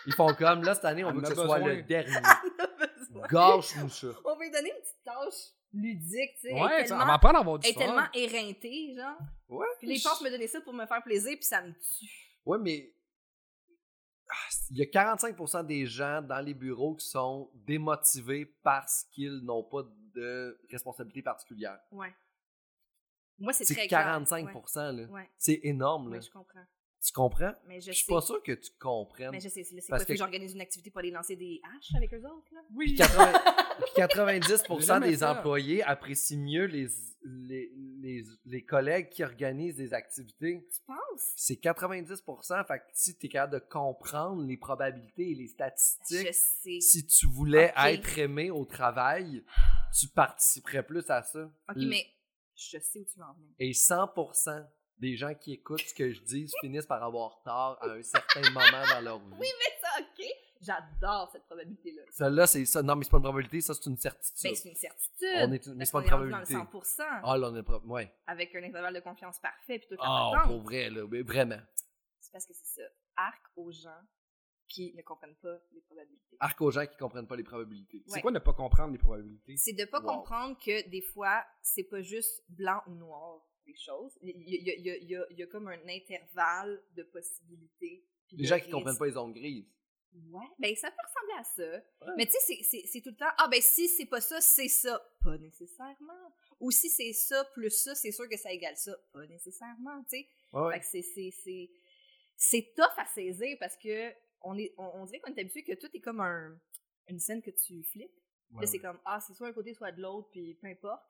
Speaker 2: Ils font comme, là, cette année, on
Speaker 1: Elle
Speaker 2: veut que
Speaker 1: en
Speaker 2: ce
Speaker 1: a
Speaker 2: soit
Speaker 1: besoin.
Speaker 2: le dernier.
Speaker 3: On a besoin.
Speaker 2: Gâche-nous ça.
Speaker 3: On va lui donner une petite tâche ludique, tu sais.
Speaker 1: Ouais,
Speaker 3: elle est
Speaker 1: tu sais, on
Speaker 3: tellement,
Speaker 1: m'apprend à avoir
Speaker 3: elle
Speaker 1: du
Speaker 3: est
Speaker 1: fun.
Speaker 3: tellement éreintée, genre.
Speaker 2: Ouais.
Speaker 3: Puis les gens me donnaient ça pour me faire plaisir, puis ça me tue.
Speaker 2: Ouais, mais... Ah, Il y a 45% des gens dans les bureaux qui sont démotivés parce qu'ils n'ont pas de responsabilité particulière.
Speaker 3: Ouais. Moi, c'est
Speaker 2: C'est
Speaker 3: très clair.
Speaker 2: 45%, là.
Speaker 3: Ouais. ouais.
Speaker 2: C'est énorme, là.
Speaker 3: Oui, je comprends.
Speaker 2: Tu comprends?
Speaker 3: Mais je,
Speaker 2: Je suis
Speaker 3: sais.
Speaker 2: pas sûr que tu comprennes.
Speaker 3: Mais je sais, c'est c'est
Speaker 2: Parce
Speaker 3: quoi, que
Speaker 2: que-
Speaker 3: j'organise une activité pour aller lancer des haches avec eux autres, là?
Speaker 2: Puis
Speaker 1: Oui.
Speaker 2: 80 puis 90%
Speaker 1: Jamais
Speaker 2: des
Speaker 1: ça.
Speaker 2: employés apprécient mieux les, les, les, les collègues qui organisent des activités.
Speaker 3: Tu penses?
Speaker 2: C'est 90%, fait que si tu es capable de comprendre les probabilités et les
Speaker 3: Je
Speaker 2: statistiques,
Speaker 3: sais.
Speaker 2: si tu voulais
Speaker 3: Ok.
Speaker 2: être aimé au travail, tu participerais plus à ça.
Speaker 3: Ok,
Speaker 2: L-
Speaker 3: mais je sais où tu vas en venir.
Speaker 2: Et 100% des gens qui écoutent ce que je dis finissent par avoir tort à un certain moment dans leur vie.
Speaker 3: Oui, Ça, ok. J'adore cette probabilité-là.
Speaker 2: Celle-là, c'est ça. Non, mais c'est pas une probabilité, ça, c'est une certitude.
Speaker 3: Ben, c'est une certitude.
Speaker 2: On est, mais
Speaker 3: Parce
Speaker 2: c'est pas
Speaker 3: qu'on
Speaker 2: une
Speaker 3: est
Speaker 2: probabilité.
Speaker 3: rendu dans le 100%,
Speaker 2: Ah, là, on est. pro- Ouais.
Speaker 3: avec un intervalle de confiance parfait, puis toute la
Speaker 2: Ah,
Speaker 3: patente.
Speaker 2: pour vrai, là, mais vraiment.
Speaker 3: C'est parce que c'est ça. Arc aux gens qui ne comprennent pas les probabilités.
Speaker 2: Arc aux gens qui comprennent pas les probabilités.
Speaker 1: C'est
Speaker 3: Ouais.
Speaker 1: quoi ne pas comprendre les probabilités?
Speaker 3: C'est de pas
Speaker 2: Wow.
Speaker 3: comprendre que des fois, c'est pas juste blanc ou noir les choses. Il y, a- il y a- il y a- il y a comme un intervalle de possibilités. puis
Speaker 2: Les
Speaker 3: de
Speaker 2: gens qui
Speaker 3: risques.
Speaker 2: comprennent pas les ondes grises.
Speaker 3: Ouais, ben ça peut ressembler à ça. Mais tu sais, c'est- c'est- c'est tout le temps, ah ben si c'est pas ça, c'est ça. Pas nécessairement. Ou si c'est ça plus ça, c'est sûr que ça égale ça. Pas nécessairement, tu sais.
Speaker 2: Ouais, ouais.
Speaker 3: Fait que c'est- c'est- c'est- c'est tough à saisir parce que on, est, on, on dirait qu'on est habitué que tout est comme un, une scène que tu flippes. Puis
Speaker 2: Ouais,
Speaker 3: là, c'est comme, ah, c'est soit un côté, soit de l'autre, puis peu importe.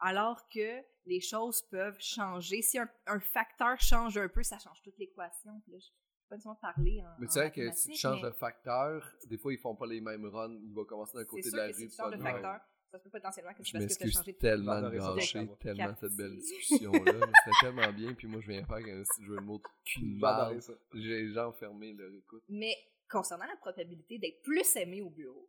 Speaker 3: Alors que les choses peuvent changer. Si un, un facteur change un peu, ça change toute l'équation. Puis là, je peux pas nécessairement parler en.
Speaker 2: Mais tu
Speaker 3: en
Speaker 2: sais que si tu
Speaker 3: mathématiques,
Speaker 2: changes
Speaker 3: mais
Speaker 2: de facteur, des fois, ils font pas les mêmes runs. Ils vont commencer d'un
Speaker 3: c'est
Speaker 2: côté de
Speaker 3: sûr
Speaker 2: la
Speaker 3: que si
Speaker 2: rue. puis
Speaker 3: tu changes de
Speaker 2: ça va.
Speaker 3: facteur, ça se peut potentiellement que
Speaker 2: Je
Speaker 3: c'est parce que tu as
Speaker 2: m'excuse
Speaker 3: changé de
Speaker 2: tellement de
Speaker 1: facteur.
Speaker 2: gâcher
Speaker 1: D'accord.
Speaker 2: tellement cette belle
Speaker 3: Quartier.
Speaker 2: discussion-là. mais C'était tellement bien, puis moi, je viens faire un petit jeu de mots de cul de
Speaker 1: Je vais adorer
Speaker 2: marde.
Speaker 1: ça.
Speaker 2: J'ai les gens fermés leur écoute.
Speaker 3: Mais concernant la probabilité d'être plus aimé au bureau,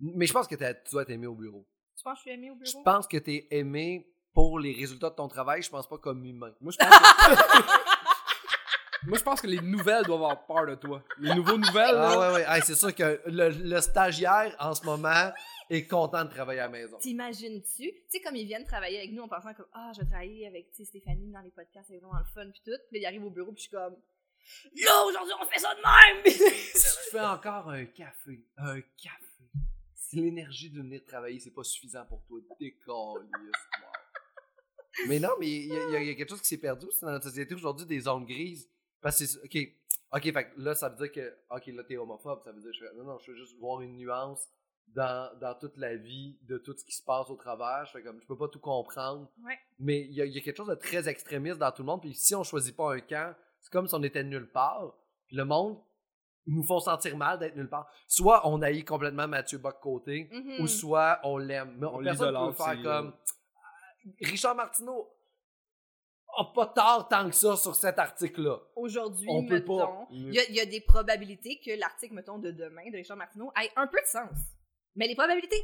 Speaker 2: Mais je pense que t'as- tu dois être aimé au bureau.
Speaker 3: tu penses que je suis aimé au
Speaker 2: Je
Speaker 3: bureau?
Speaker 2: pense que t'es aimé pour les résultats de ton travail. Je pense pas comme humain.
Speaker 1: Moi, je pense que... Moi, je pense que les nouvelles doivent avoir peur de toi. Les nouveaux nouvelles,
Speaker 2: Ah
Speaker 1: là,
Speaker 2: ouais, ouais. Hey, c'est sûr que le, le stagiaire, en ce moment, est content de travailler à la maison.
Speaker 3: T'imagines-tu? Tu sais, comme ils viennent travailler avec nous en pensant comme Ah, je vais travailler avec tu sais, Stéphanie dans les podcasts, c'est vraiment le fun, puis tout. Puis là, ils arrivent au bureau, puis je suis comme Yo, aujourd'hui, on fait ça de même!
Speaker 2: Tu fais encore un café. Un café. Si l'énergie de venir travailler, c'est pas suffisant pour toi, décolle. mais non, mais il y, a- il y a- il y a quelque chose qui s'est perdu aussi dans notre société aujourd'hui, des zones grises. Parce que, c'est- OK, OK, fait que là, ça veut dire que, OK, là, t'es homophobe. Ça veut dire, que je fais, non, non, je veux juste voir une nuance dans, dans toute la vie, de tout ce qui se passe au travers. Je fais comme, je peux pas tout comprendre.
Speaker 3: Ouais.
Speaker 2: Mais il y, a- il y a quelque chose de très extrémiste dans tout le monde. Puis si on choisit pas un camp, c'est comme si on était nulle part. Puis le monde nous font sentir mal d'être nulle part. Soit on haït complètement Mathieu Bock côté,
Speaker 3: Mhm.
Speaker 2: ou soit on l'aime. Mais
Speaker 1: On
Speaker 2: personne peut
Speaker 1: l'idolâtre,
Speaker 2: faire
Speaker 1: c'est-
Speaker 2: comme Ah, Richard Martineau a pas tard tant que ça sur cet article-là.
Speaker 3: Aujourd'hui,
Speaker 2: On peut
Speaker 3: mettons.
Speaker 2: pas.
Speaker 3: Il y, a, il y a des probabilités que l'article, mettons, de demain de Richard Martineau ait un peu de sens. Mais les probabilités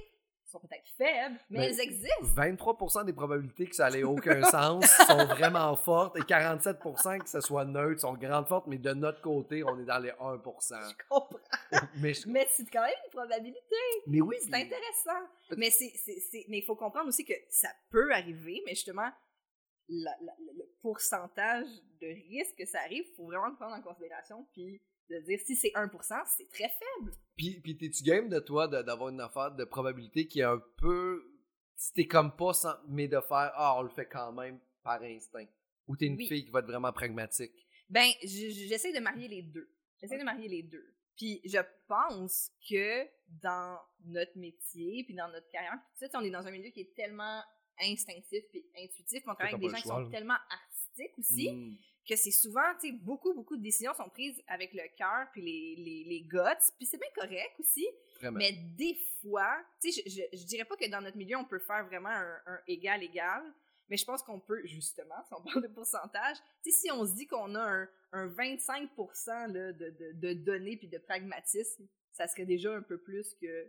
Speaker 3: sont peut-être faibles, mais
Speaker 2: Ben,
Speaker 3: elles existent.
Speaker 2: 23% des probabilités que ça n'ait aucun sens sont vraiment fortes et 47% que ce soit neutre sont grandes fortes, mais de notre côté, on est dans les 1%.
Speaker 3: Je comprends.
Speaker 2: Mais, je-
Speaker 3: Mais c'est quand même une probabilité.
Speaker 2: mais oui,
Speaker 3: C'est
Speaker 2: puis-
Speaker 3: intéressant. Mais c'est- c'est- c'est- mais il faut comprendre aussi que ça peut arriver, mais justement, la- la- le pourcentage de risque que ça arrive, il faut vraiment le prendre en considération. Puis de dire si c'est 1%, c'est très faible.
Speaker 2: Puis, puis t'es-tu game de toi de- d'avoir une affaire de probabilité qui est un peu. Si t'es comme pas, sans- mais de faire Ah, on le fait quand même par instinct. Ou t'es une
Speaker 3: Oui.
Speaker 2: fille qui va être vraiment pragmatique.
Speaker 3: Ben, j- j- j'essaie de marier les deux. J'essaie de marier les deux. Puis je pense que dans notre métier, puis dans notre carrière, puis tout ça, on est dans un milieu qui est tellement instinctif puis intuitif, puis on travaille
Speaker 4: t'as
Speaker 3: avec
Speaker 4: pas
Speaker 3: des
Speaker 4: le
Speaker 3: gens qui
Speaker 4: choix,
Speaker 3: sont
Speaker 4: là.
Speaker 3: tellement artistiques aussi,
Speaker 2: Hmm,
Speaker 3: que c'est souvent, tu sais, beaucoup, beaucoup de décisions sont prises avec le cœur puis les, les, les guts, puis c'est bien correct aussi,
Speaker 2: Vraiment.
Speaker 3: mais des fois, tu sais, je, je, je dirais pas que dans notre milieu, on peut faire vraiment un, un égal-égal, mais je pense qu'on peut, justement, si on parle de pourcentage, tu sais, si on se dit qu'on a un, un 25% là, de, de, de données puis de pragmatisme, ça serait déjà un peu plus que,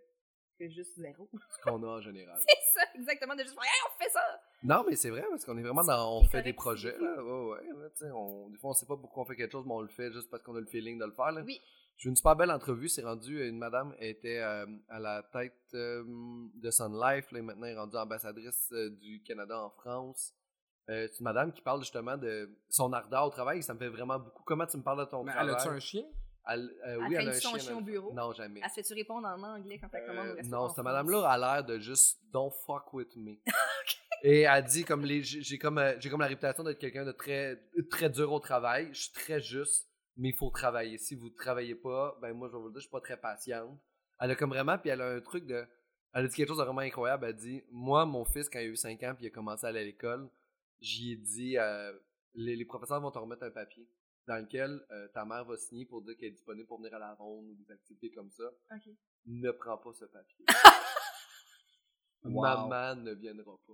Speaker 3: que juste zéro.
Speaker 2: Ce qu'on a en général.
Speaker 3: C'est ça, exactement, de juste faire Hey, on fait ça!
Speaker 2: Non, mais c'est vrai, parce qu'on est vraiment dans. On
Speaker 3: C'est
Speaker 2: fait des
Speaker 3: correct,
Speaker 2: projets,
Speaker 3: c'est
Speaker 2: là. Ouais, ouais, là, tu sais, on- des fois, on sait pas pourquoi on fait quelque chose, mais on le fait juste parce qu'on a le feeling de le faire, là.
Speaker 3: Oui.
Speaker 2: J'ai eu une super belle entrevue. C'est rendu, une madame était euh, à la tête euh, de Sun Life. Là, et maintenant, elle est rendue ambassadrice euh, du Canada en France. Euh, c'est une madame qui parle justement de son ardeur au travail. Ça me fait vraiment beaucoup. Comment tu me parles de ton
Speaker 1: Mais Ben, elle
Speaker 2: travail?
Speaker 1: a-tu un chien?
Speaker 2: Elle- euh,
Speaker 3: Elle
Speaker 2: oui, elle a un
Speaker 3: traîne son
Speaker 2: chien.
Speaker 3: chien au
Speaker 2: elle-
Speaker 3: bureau?
Speaker 2: Non, jamais.
Speaker 3: Elle se fait-tu répondre en anglais quand elle commande au
Speaker 2: Euh,
Speaker 3: restaurant?
Speaker 2: non, cette madame-là a l'air de juste don't fuck with me. Et elle dit comme les j'ai j'ai comme euh, j'ai comme la réputation d'être quelqu'un de très très dur au travail, je suis très juste, mais il faut travailler. Si vous travaillez pas, ben moi je vais vous le dire, je suis pas très patiente. Elle a comme vraiment puis elle a un truc de elle a dit quelque chose de vraiment incroyable, elle dit moi mon fils quand il a eu 5 ans puis il a commencé à aller à l'école, j'y ai dit euh, les, les professeurs vont te remettre un papier dans lequel euh, ta mère va signer pour dire qu'elle est disponible pour venir à la ronde ou des activités comme ça
Speaker 3: Ok.
Speaker 2: ne prends pas ce papier.
Speaker 4: Wow.
Speaker 2: Maman ne viendra pas.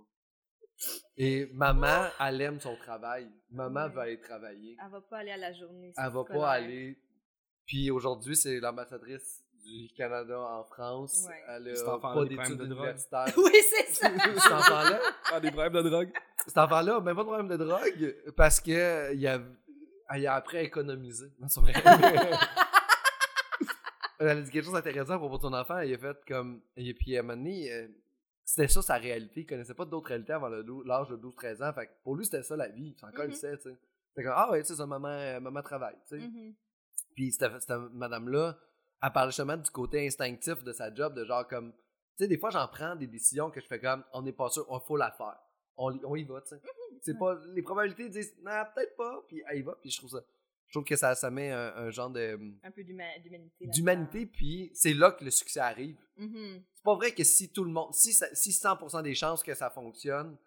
Speaker 2: Et maman, elle aime son travail. Maman
Speaker 3: Ouais.
Speaker 2: va aller travailler.
Speaker 3: Elle va pas aller à la journée.
Speaker 2: Elle va pas aller. Puis aujourd'hui, c'est l'ambassadrice du Canada en France.
Speaker 3: Ouais.
Speaker 2: Elle
Speaker 1: Cet
Speaker 2: a
Speaker 1: enfant-là,
Speaker 2: pas
Speaker 1: des
Speaker 2: d'études
Speaker 1: problèmes de drogue.
Speaker 2: universitaires.
Speaker 3: Oui, c'est ça!
Speaker 2: Cet enfant-là,
Speaker 1: Ah, des problèmes de drogue.
Speaker 2: cet enfant-là a même pas de problème de drogue parce que il a, il a appris à économiser. Non, c'est vrai. elle a dit quelque chose d'intéressant à propos de son enfant. Il a fait comme. Et puis à un moment donné, euh, c'était ça sa réalité. Il connaissait pas d'autres réalités avant le dou- l'âge de 12-13 ans. Fait que pour lui, c'était ça la vie. C'est encore
Speaker 3: Mhm.
Speaker 2: il sait, tu sais. Fait que, ah ouais, c'est ça, maman, euh, maman travaille, tu sais.
Speaker 3: Mhm.
Speaker 2: Puis cette, cette madame-là, elle parle justement du côté instinctif de sa job, de genre comme, tu sais, des fois j'en prends des décisions que je fais comme, on n'est pas sûr, on faut la faire. On, y- on y va, tu sais. C'est pas, les probabilités disent, non, peut-être pas, puis elle y va, puis je trouve ça, je trouve que ça, ça met un, un genre de,
Speaker 3: Un peu d'huma- d'humanité. là-dedans.
Speaker 2: d'humanité, puis c'est là que le succès arrive.
Speaker 3: Mhm.
Speaker 2: C'est pas vrai que si tout le monde, si, ça- si 100% des chances que ça fonctionne,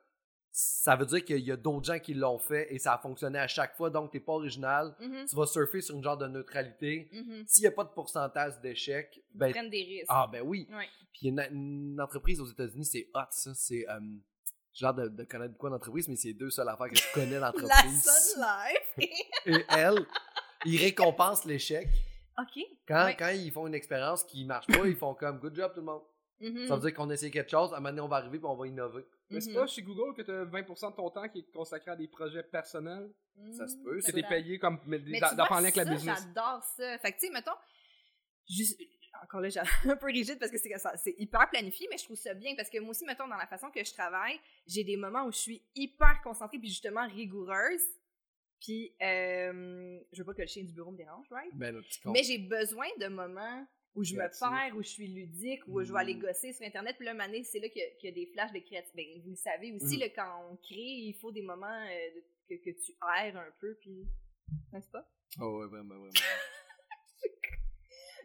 Speaker 2: ça veut dire qu'il y a d'autres gens qui l'ont fait et ça a fonctionné à chaque fois, donc t'es pas original.
Speaker 3: Mhm.
Speaker 2: Tu vas surfer sur une genre de neutralité.
Speaker 3: Mhm.
Speaker 2: S'il n'y a pas de pourcentage d'échecs, ben.
Speaker 3: Prennent des risques.
Speaker 2: Ah, ben oui.
Speaker 3: Ouais.
Speaker 2: Puis une, une entreprise aux États-Unis, c'est hot, ça. C'est. euh, j'ai l'air de, de connaître beaucoup d'entreprises, mais c'est les deux seules affaires que je connais
Speaker 3: La
Speaker 2: d'entreprise.
Speaker 3: Sun Life.
Speaker 2: Et elle, ils récompensent l'échec.
Speaker 3: OK.
Speaker 2: Quand,
Speaker 3: Ouais.
Speaker 2: quand ils font une expérience qui marche pas, ils font comme good job tout le monde.
Speaker 3: Mhm.
Speaker 2: Ça veut dire qu'on essaie quelque chose, à un moment donné, on va arriver puis on va innover.
Speaker 1: Mais c'est
Speaker 3: Mhm.
Speaker 1: pas chez Google que t'as 20% de ton temps qui est consacré à des projets personnels,
Speaker 2: Ça se peut,
Speaker 1: que
Speaker 3: c'est
Speaker 1: t'es
Speaker 3: vrai.
Speaker 1: payé comme mais
Speaker 3: Mais
Speaker 1: des-
Speaker 3: tu
Speaker 1: dans-
Speaker 3: vois,
Speaker 1: dans parler avec la
Speaker 3: ça,
Speaker 1: business.
Speaker 3: J'adore ça. Fait que, tu sais, mettons, juste- encore là, j'ai un peu rigide parce que c'est que ça- c'est hyper planifié, mais je trouve ça bien parce que moi aussi, mettons, dans la façon que je travaille, j'ai des moments où je suis hyper concentrée puis justement rigoureuse. Puis, euh, je veux pas que le chien du bureau me dérange, right?
Speaker 2: Ben, le petit con.
Speaker 3: Mais j'ai besoin de moments où je me
Speaker 2: Créatif.
Speaker 3: perds, où je suis ludique, où je vais aller
Speaker 2: Mm.
Speaker 3: gosser sur Internet. Puis là, mané, c'est là qu'il y, a- qu'il y a des flashs de créativité. Ben, vous le savez aussi,
Speaker 2: Mhm.
Speaker 3: là, quand on crée, il faut des moments euh, de- que, que tu erres un peu, puis... N'est-ce pas?
Speaker 2: Oh, ouais, vraiment, vraiment.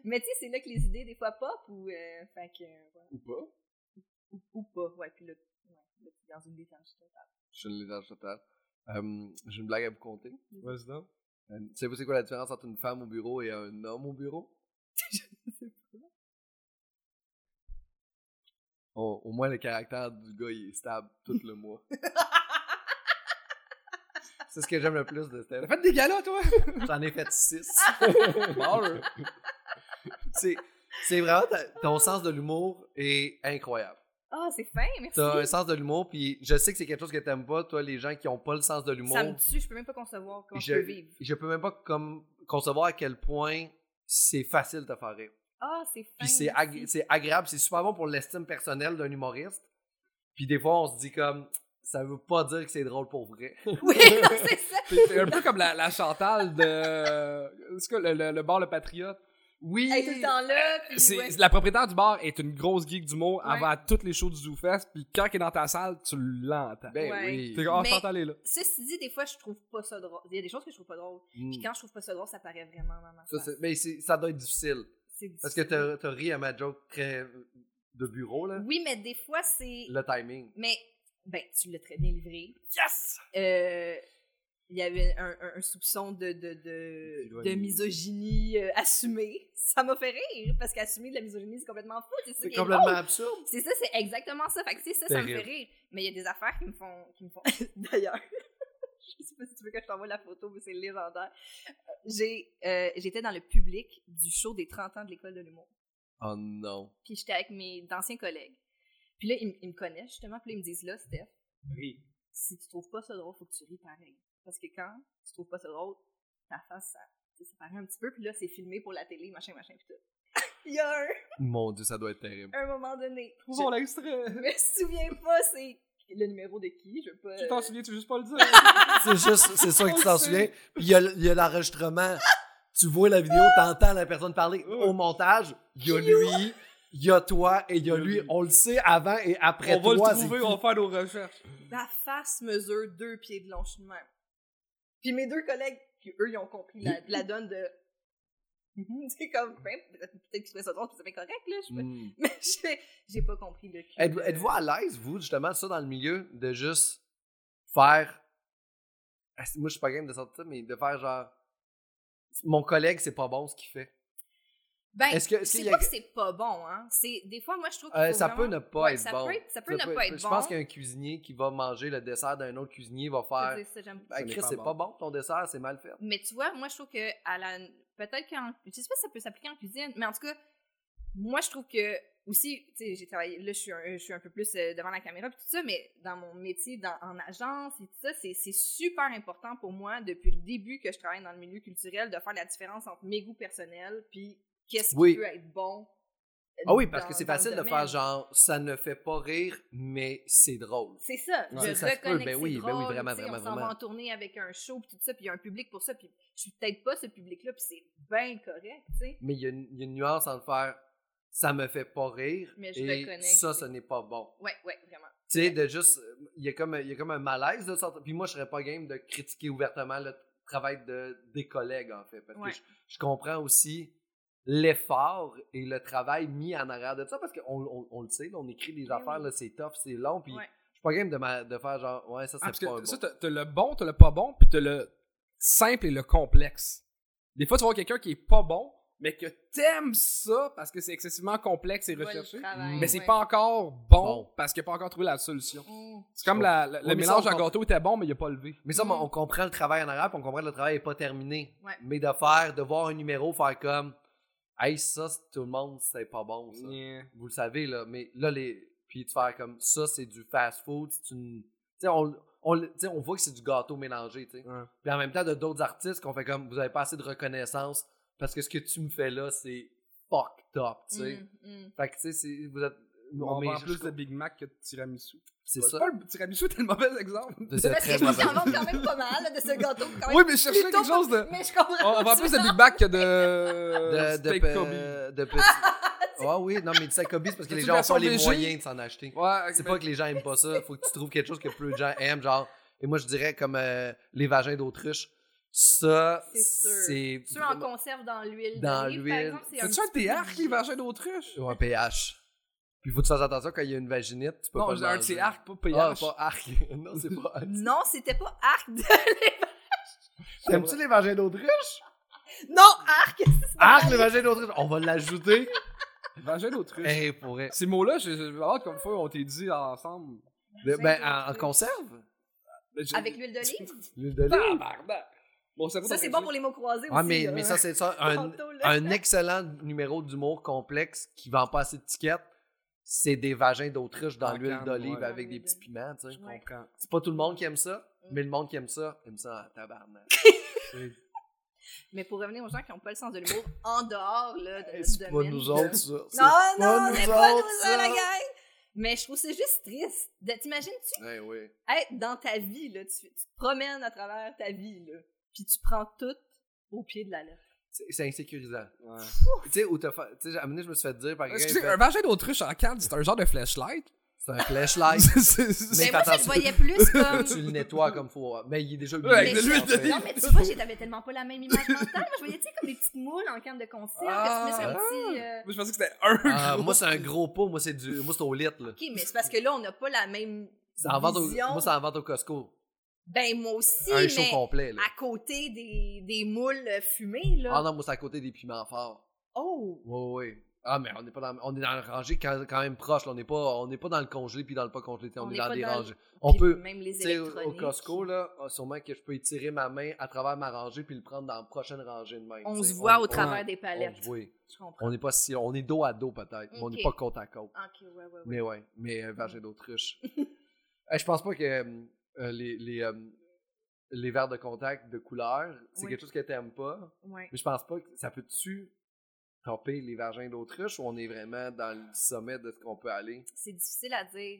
Speaker 3: Mais tu sais, c'est là que les idées, des fois, pop ou... euh, fait que... euh, voilà.
Speaker 4: Ou pas.
Speaker 3: ou, ou pas, ouais. Puis là, ouais, là, t'es dans une détente.
Speaker 2: Je suis une lézard totale. Euh, j'ai une blague à vous conter. Hum,
Speaker 1: Vas-y donc.
Speaker 2: Euh, Savez-vous c'est quoi la différence entre une femme au bureau et un homme au bureau? Oh, au moins, le caractère du gars, il est stable tout le mois. C'est ce que j'aime le plus de Steph.
Speaker 1: T'as fait des galas, toi?
Speaker 2: J'en ai fait six. Barre. C'est c'est vraiment ta- ton sens de l'humour est incroyable.
Speaker 3: Ah, c'est fin, merci.
Speaker 2: T'as un sens de l'humour, puis je sais que c'est quelque chose que t'aimes pas, toi, les gens qui ont pas le sens de l'humour.
Speaker 3: Ça me tue, je peux même pas concevoir comment je
Speaker 2: Je-
Speaker 3: peux vivre.
Speaker 2: Je peux même pas comme concevoir à quel point c'est facile de te faire rire.
Speaker 3: Ah, c'est fin.
Speaker 2: Puis c'est
Speaker 3: merci.
Speaker 2: agré- c'est agréable, c'est super bon pour l'estime personnelle d'un humoriste. Puis des fois, on se dit comme, ça veut pas dire que c'est drôle pour vrai.
Speaker 3: Oui, non, c'est ça.
Speaker 1: C'est un peu comme la, la Chantal de. C'est quoi, le, le, le bar Le Patriote? Oui!
Speaker 3: Elle est tout le temps là, puis
Speaker 1: C'est-
Speaker 3: ouais.
Speaker 1: La propriétaire du bar est une grosse geek du mot
Speaker 3: Ouais.
Speaker 1: avant toutes les shows du ZooFest, puis quand elle est dans ta salle, tu l'entends.
Speaker 2: Ben
Speaker 3: Ouais.
Speaker 2: oui.
Speaker 1: T'es comme, ah,
Speaker 3: Mais-
Speaker 1: Chantal est là.
Speaker 3: Ceci dit, des fois, je trouve pas ça drôle. Il y a des choses que je trouve pas drôles.
Speaker 2: Mm.
Speaker 3: Puis quand je trouve pas ça drôle, ça paraît vraiment dans ma
Speaker 2: Ça,
Speaker 3: face.
Speaker 2: c'est- mais c'est- ça doit être difficile.
Speaker 3: C'est
Speaker 2: Parce que
Speaker 3: difficile.
Speaker 2: t'as t'as ri à ma joke très de bureau, là.
Speaker 3: Oui, mais des fois, c'est...
Speaker 2: Le timing.
Speaker 3: Mais, ben, tu l'as très bien livré.
Speaker 1: Yes!
Speaker 3: Euh, Il y avait un, un- un soupçon de, de, de, de
Speaker 2: Misogynie.
Speaker 3: misogynie euh, assumée. Ça m'a fait rire, parce qu'assumer de la misogynie, c'est complètement fou. C'est ça
Speaker 2: C'est
Speaker 3: qui est
Speaker 2: complètement
Speaker 1: Oh!
Speaker 3: drôle.
Speaker 2: absurde.
Speaker 3: C'est ça, c'est exactement ça. Fait que, tu sais, ça, ça me fait
Speaker 2: Terrible.
Speaker 3: rire. Mais il y a des affaires qui me font. Qui me font... D'ailleurs, je sais pas si tu veux que je t'envoie la photo, mais c'est légendaire. J'ai, euh, j'étais dans le public du show des 30 ans de l'école de l'humour.
Speaker 2: Oh non.
Speaker 3: Puis j'étais avec mes anciens collègues. Puis là, ils, m- ils me connaissent justement. Puis là, ils me disent là, Steph, si tu trouves pas ça drôle, faut que tu ris pareil. Parce que quand tu trouves pas ça drôle, ta face, ça, ça paraît un petit peu. Puis là, c'est filmé pour la télé, machin, machin, puis tout. il y a un,
Speaker 2: Mon dieu, ça doit être terrible.
Speaker 3: un moment donné.
Speaker 1: Trouvons l'extrait!
Speaker 3: Je me souviens pas c'est le numéro de qui, je veux pas.
Speaker 1: Tu t'en souviens, tu veux juste pas le dire?
Speaker 2: C'est juste, c'est sûr que tu
Speaker 1: On
Speaker 2: t'en
Speaker 1: le sait.
Speaker 2: souviens. Puis il y a l- il y a l'enregistrement. Tu vois la vidéo, t'entends la personne parler. Au montage, il y a lui, il y a toi et il y a lui. On le sait avant et après
Speaker 1: on va
Speaker 2: toi.
Speaker 1: le
Speaker 2: c'est
Speaker 1: trouver,
Speaker 2: qui?
Speaker 1: on va faire nos recherches.
Speaker 3: Ma euh, face mesure deux pieds de long, je suis de même. Puis mes deux collègues, qui eux, ils ont compris la, la donne de. C'est comme, ben, peut-être qu'ils trouvaient ça drôle, puis c'était correct, là. Je...
Speaker 2: Mm.
Speaker 3: Mais j'ai- j'ai pas compris le cul. euh,
Speaker 2: Êtes- Êtes-vous à l'aise, vous, justement, ça, dans le milieu, de juste faire. Ah, c'est- Moi, je suis pas game de sortir ça, mais de faire genre. Mon collègue, c'est pas bon ce qu'il fait.
Speaker 3: Ben,
Speaker 2: Est-ce que. est-ce qu'il
Speaker 3: c'est
Speaker 2: y a-
Speaker 3: pas que c'est pas bon, hein. C'est, des fois, moi, je trouve que.
Speaker 2: Euh, ça peut ne pas être
Speaker 3: ça
Speaker 2: bon.
Speaker 3: Peut, ça peut
Speaker 2: Ça
Speaker 3: ne
Speaker 2: peut-
Speaker 3: pas être
Speaker 2: Je
Speaker 3: bon.
Speaker 2: pense qu'un cuisinier qui va manger le dessert d'un autre cuisinier va
Speaker 3: Je
Speaker 2: faire.
Speaker 3: veux dire, ça, j'aime pas.
Speaker 2: Ah,
Speaker 1: Ce n'est
Speaker 2: Chris,
Speaker 1: pas
Speaker 2: c'est
Speaker 1: bon.
Speaker 2: pas bon ton dessert, c'est mal fait.
Speaker 3: Mais tu vois, moi, je trouve que à la... peut-être qu'en. Je sais pas si ça peut s'appliquer en cuisine, mais en tout cas, moi, je trouve que. Aussi, tu sais, j'ai travaillé. Là, je suis, un, je suis un peu plus euh, devant la caméra, puis tout ça, mais dans mon métier, dans- en agence et tout ça, c'est, c'est super important pour moi, depuis le début que je travaille dans le milieu culturel, de faire la différence entre mes goûts personnels, puis qu'est-ce
Speaker 2: Oui.
Speaker 3: qui peut être bon. euh,
Speaker 2: Ah oui, parce
Speaker 3: dans-
Speaker 2: que c'est
Speaker 3: dans le
Speaker 2: facile de
Speaker 3: domaine.
Speaker 2: faire genre, ça ne fait pas rire, mais c'est drôle.
Speaker 3: C'est ça.
Speaker 1: Ouais.
Speaker 3: Je
Speaker 2: Ça se peut,
Speaker 3: reconnais que
Speaker 2: ben
Speaker 3: c'est
Speaker 2: oui, ben oui,
Speaker 3: drôle,
Speaker 2: vraiment,
Speaker 3: tu sais,
Speaker 2: vraiment,
Speaker 3: On s'en va
Speaker 2: vraiment.
Speaker 3: en tournée avec un show, puis tout ça, puis il y a un public pour ça, puis je suis peut-être pas ce public-là, puis c'est bien correct, tu sais.
Speaker 2: Mais il y, a une- il y a une nuance entre faire ça me fait pas rire
Speaker 3: Mais je reconnais
Speaker 2: et
Speaker 3: que
Speaker 2: ça,
Speaker 3: c'est-
Speaker 2: ce n'est pas bon.
Speaker 3: Ouais, ouais, vraiment.
Speaker 2: Tu sais, de juste. Il y, a comme, il y a comme un malaise de sortir. Puis moi, je serais pas game de critiquer ouvertement le travail de, des collègues, en fait. Parce
Speaker 3: Ouais.
Speaker 2: que je, je comprends aussi l'effort et le travail mis en arrière de ça. Parce qu'on on, on le sait, là, on écrit
Speaker 1: Eh
Speaker 2: des affaires,
Speaker 3: oui.
Speaker 2: là, c'est tough, c'est long. Puis
Speaker 3: Ouais.
Speaker 2: je suis pas game de, ma- de faire genre, ouais, ça,
Speaker 1: Ah, parce
Speaker 2: c'est pas
Speaker 1: que
Speaker 2: bon.
Speaker 1: ça, t'as t'as le bon, t'as le pas bon, puis t'as le simple et le complexe. Des fois, tu vois quelqu'un qui est pas bon, mais que t'aimes ça parce que c'est excessivement complexe et
Speaker 3: Voilà le
Speaker 1: recherché,
Speaker 3: travail,
Speaker 1: mais c'est
Speaker 3: ouais.
Speaker 1: pas encore bon,
Speaker 2: Bon.
Speaker 1: parce qu'il a pas encore trouvé la solution.
Speaker 3: Mm.
Speaker 1: C'est comme la- la-
Speaker 2: Ouais,
Speaker 1: le
Speaker 2: mais ça,
Speaker 1: mélange
Speaker 2: on
Speaker 1: à
Speaker 2: comprend.
Speaker 1: gâteau était bon, mais il a pas levé.
Speaker 2: Mais ça,
Speaker 3: Mm.
Speaker 2: on comprend le travail en arabe, on comprend que le travail n'est pas terminé.
Speaker 3: Ouais.
Speaker 2: Mais de faire, de voir un numéro, faire comme, hey, ça, c'est tout le monde, c'est pas bon, ça.
Speaker 1: Yeah.
Speaker 2: Vous le savez, là. Mais là, les. Puis de faire comme ça, c'est du fast food, c'est une. Tu sais, on, on, le- tu sais, on voit que c'est du gâteau mélangé, tu sais.
Speaker 1: Ouais.
Speaker 2: Puis en même temps, de d'autres artistes qu'on fait comme, vous avez pas assez de reconnaissance parce que ce que tu me fais là, c'est fucked up, tu sais.
Speaker 3: Mm, mm.
Speaker 2: Fait que, tu sais, c'est- vous êtes.
Speaker 1: On
Speaker 2: mais
Speaker 1: vend
Speaker 2: je-
Speaker 1: plus de Big Mac que de tiramisu.
Speaker 2: C'est
Speaker 1: C'est
Speaker 2: ça.
Speaker 1: pas le tiramisu, t'es le mauvais exemple.
Speaker 2: C'est
Speaker 3: Parce
Speaker 2: très
Speaker 3: que je
Speaker 2: mauvais.
Speaker 3: t'en vends quand même pas mal là, de ce gâteau. Quand même.
Speaker 1: Oui, mais je cherchais
Speaker 3: Plutôt
Speaker 1: quelque chose de.
Speaker 3: Mais je comprends.
Speaker 1: On, on vend plus de Big Mac que de.
Speaker 2: De, de,
Speaker 1: hein. steak
Speaker 2: pe-
Speaker 1: Kobe.
Speaker 2: de petits- Ah oui, non, mais du sac Kobe, c'est parce que
Speaker 1: C'est
Speaker 2: les
Speaker 1: une
Speaker 2: gens n'ont
Speaker 1: version
Speaker 2: pas les
Speaker 1: léger.
Speaker 2: moyens de s'en acheter.
Speaker 1: Ouais,
Speaker 2: C'est
Speaker 1: mais-
Speaker 2: pas que les gens aiment pas ça. Faut que tu trouves quelque chose que peu de gens aiment, genre. Et moi, je dirais comme euh, les vagins d'autruche. Ça,
Speaker 3: C'est sûr.
Speaker 2: c'est
Speaker 3: Ceux en conserve dans l'huile.
Speaker 2: Dans
Speaker 3: d'olive,
Speaker 2: l'huile.
Speaker 3: Par exemple, c'est un
Speaker 1: C'est-tu un
Speaker 3: petit peu
Speaker 1: théâtre qui
Speaker 3: doux.
Speaker 1: vachait d'autruche?
Speaker 2: ou un pH. Puis faut que tu fasses attention quand il y a une vaginite, tu peux
Speaker 1: Non,
Speaker 2: pas
Speaker 1: je
Speaker 2: le
Speaker 1: dis un
Speaker 2: manger.
Speaker 1: théâtre, pas payant.
Speaker 2: Ah, pas arc. non, c'est pas.
Speaker 3: Non, c'était pas arc. de-
Speaker 2: T'aimes-tu les vagins d'autruche?
Speaker 3: Non, arc!
Speaker 2: Arc le vagin d'autruche. On va l'ajouter.
Speaker 1: Vagin d'autruche.
Speaker 2: Eh, pour vrai.
Speaker 1: Ces mots-là, je je vais voir comme fois on t'est dit ensemble.
Speaker 2: Le- Ben, en, en conserve?
Speaker 1: Mais j'ai-
Speaker 3: Avec l'huile d'olive?
Speaker 2: L'huile d'olive?
Speaker 1: Tabarnak! Mon cerveau
Speaker 3: Ça,
Speaker 1: t'en
Speaker 3: c'est
Speaker 1: fait
Speaker 3: bon
Speaker 1: juste-
Speaker 3: pour les mots croisés
Speaker 2: Ah,
Speaker 3: aussi.
Speaker 2: mais,
Speaker 3: là.
Speaker 2: mais ça, c'est ça. Un,
Speaker 3: Tantôt, là.
Speaker 2: un excellent numéro d'humour complexe qui vend pas assez de tickets. C'est des vagins d'autruche dans
Speaker 1: En
Speaker 2: l'huile
Speaker 1: canne,
Speaker 2: d'olive
Speaker 1: ouais.
Speaker 2: avec des petits piments, tu sais.
Speaker 1: Je comprends.
Speaker 2: C'est pas tout le monde qui aime ça,
Speaker 3: Mm.
Speaker 2: mais le monde qui aime ça, aime ça en tabarnak.
Speaker 3: Mais pour revenir aux gens qui n'ont pas le sens de l'humour en dehors là, de notre
Speaker 2: C'est pas
Speaker 3: domaine.
Speaker 2: nous autres, ça. C'est
Speaker 3: Non, non,
Speaker 2: pas nous
Speaker 3: mais pas nous
Speaker 2: autres,
Speaker 3: autres, la
Speaker 2: ça.
Speaker 3: gang! Mais je trouve c'est juste triste. De- T'imagines-tu
Speaker 2: Eh oui.
Speaker 3: être dans ta vie, là, tu, tu te promènes à travers ta vie, là, puis tu prends tout au pied de la lettre.
Speaker 2: C'est c'est insécurisant.
Speaker 1: Ouais.
Speaker 2: Tu sais, où t'as fait. Tu sais, à un moment donné, je me suis fait dire par quelqu'un. il
Speaker 1: Excusez, un
Speaker 2: fait,
Speaker 1: vagin d'autruche en canne, c'est un genre de flashlight.
Speaker 2: C'est un flashlight.
Speaker 1: C'est- c'est-
Speaker 2: Mais
Speaker 3: Mais Ben, moi, je le
Speaker 2: attention.
Speaker 3: voyais plus
Speaker 2: Faut
Speaker 3: comme...
Speaker 2: que tu le nettoies comme faut. Mais il est déjà
Speaker 1: Ouais, avec
Speaker 2: humilié,
Speaker 1: de l'huile
Speaker 2: en fait.
Speaker 1: d'olive.
Speaker 3: Non, mais tu vois, j'ai- t'avais tellement pas la même image mentale. Moi, je voyais, tu sais, comme des petites moules en canne de conserve, que tu mets sur un
Speaker 1: Ah.
Speaker 3: petit...
Speaker 1: Moi,
Speaker 3: euh,
Speaker 1: je pensais que c'était un.
Speaker 2: Ah,
Speaker 1: gros.
Speaker 2: moi, c'est un gros pot. Moi, c'est du... moi, c'est au lit, là.
Speaker 3: Ok, mais c'est parce que là, on n'a pas la même
Speaker 2: C'est en vente au-
Speaker 3: vision.
Speaker 2: Moi, c'est en vente au Costco.
Speaker 3: Ben, moi aussi,
Speaker 2: un show
Speaker 3: mais
Speaker 2: complet, là.
Speaker 3: à côté des, des moules fumées, là.
Speaker 2: Ah non, moi, c'est à côté des piments forts.
Speaker 3: Oh!
Speaker 2: Oui, oui. Ah, mais on est pas dans, on est dans le rangé quand, quand même proche. là. On n'est pas, on n'est pas dans le congelé puis dans le pas congelé. tu sais, On,
Speaker 3: On
Speaker 2: est
Speaker 3: est
Speaker 2: dans
Speaker 3: pas
Speaker 2: des
Speaker 3: dans le-
Speaker 2: rangées. On
Speaker 3: Puis
Speaker 2: peut,
Speaker 3: Même les
Speaker 2: tu sais, au, au
Speaker 3: électroniques.
Speaker 2: Costco, là, ah, sûrement que je peux étirer ma main à travers ma rangée puis le prendre dans la prochaine rangée de même.
Speaker 3: On
Speaker 2: tu sais.
Speaker 3: se voit au
Speaker 2: on-
Speaker 3: travers des
Speaker 2: On
Speaker 3: palettes.
Speaker 2: se voit.
Speaker 3: Je comprends.
Speaker 2: On n'est pas si, on est dos à dos peut-être, mais on n'est
Speaker 3: Ok. Ah,
Speaker 2: pas côte à côte.
Speaker 3: Ok, ouais, ouais, ouais.
Speaker 2: Mais ouais, mais euh, vagin d'autruche. Euh, je pense pas que euh, euh, les, les, euh, les verres de contact de couleur, c'est
Speaker 3: Oui.
Speaker 2: quelque chose que t'aimes pas.
Speaker 3: Ouais.
Speaker 2: Mais je pense pas que ça peut-tu topper les vagins d'autruche ou on est vraiment dans le sommet de ce qu'on peut aller.
Speaker 3: C'est difficile à dire.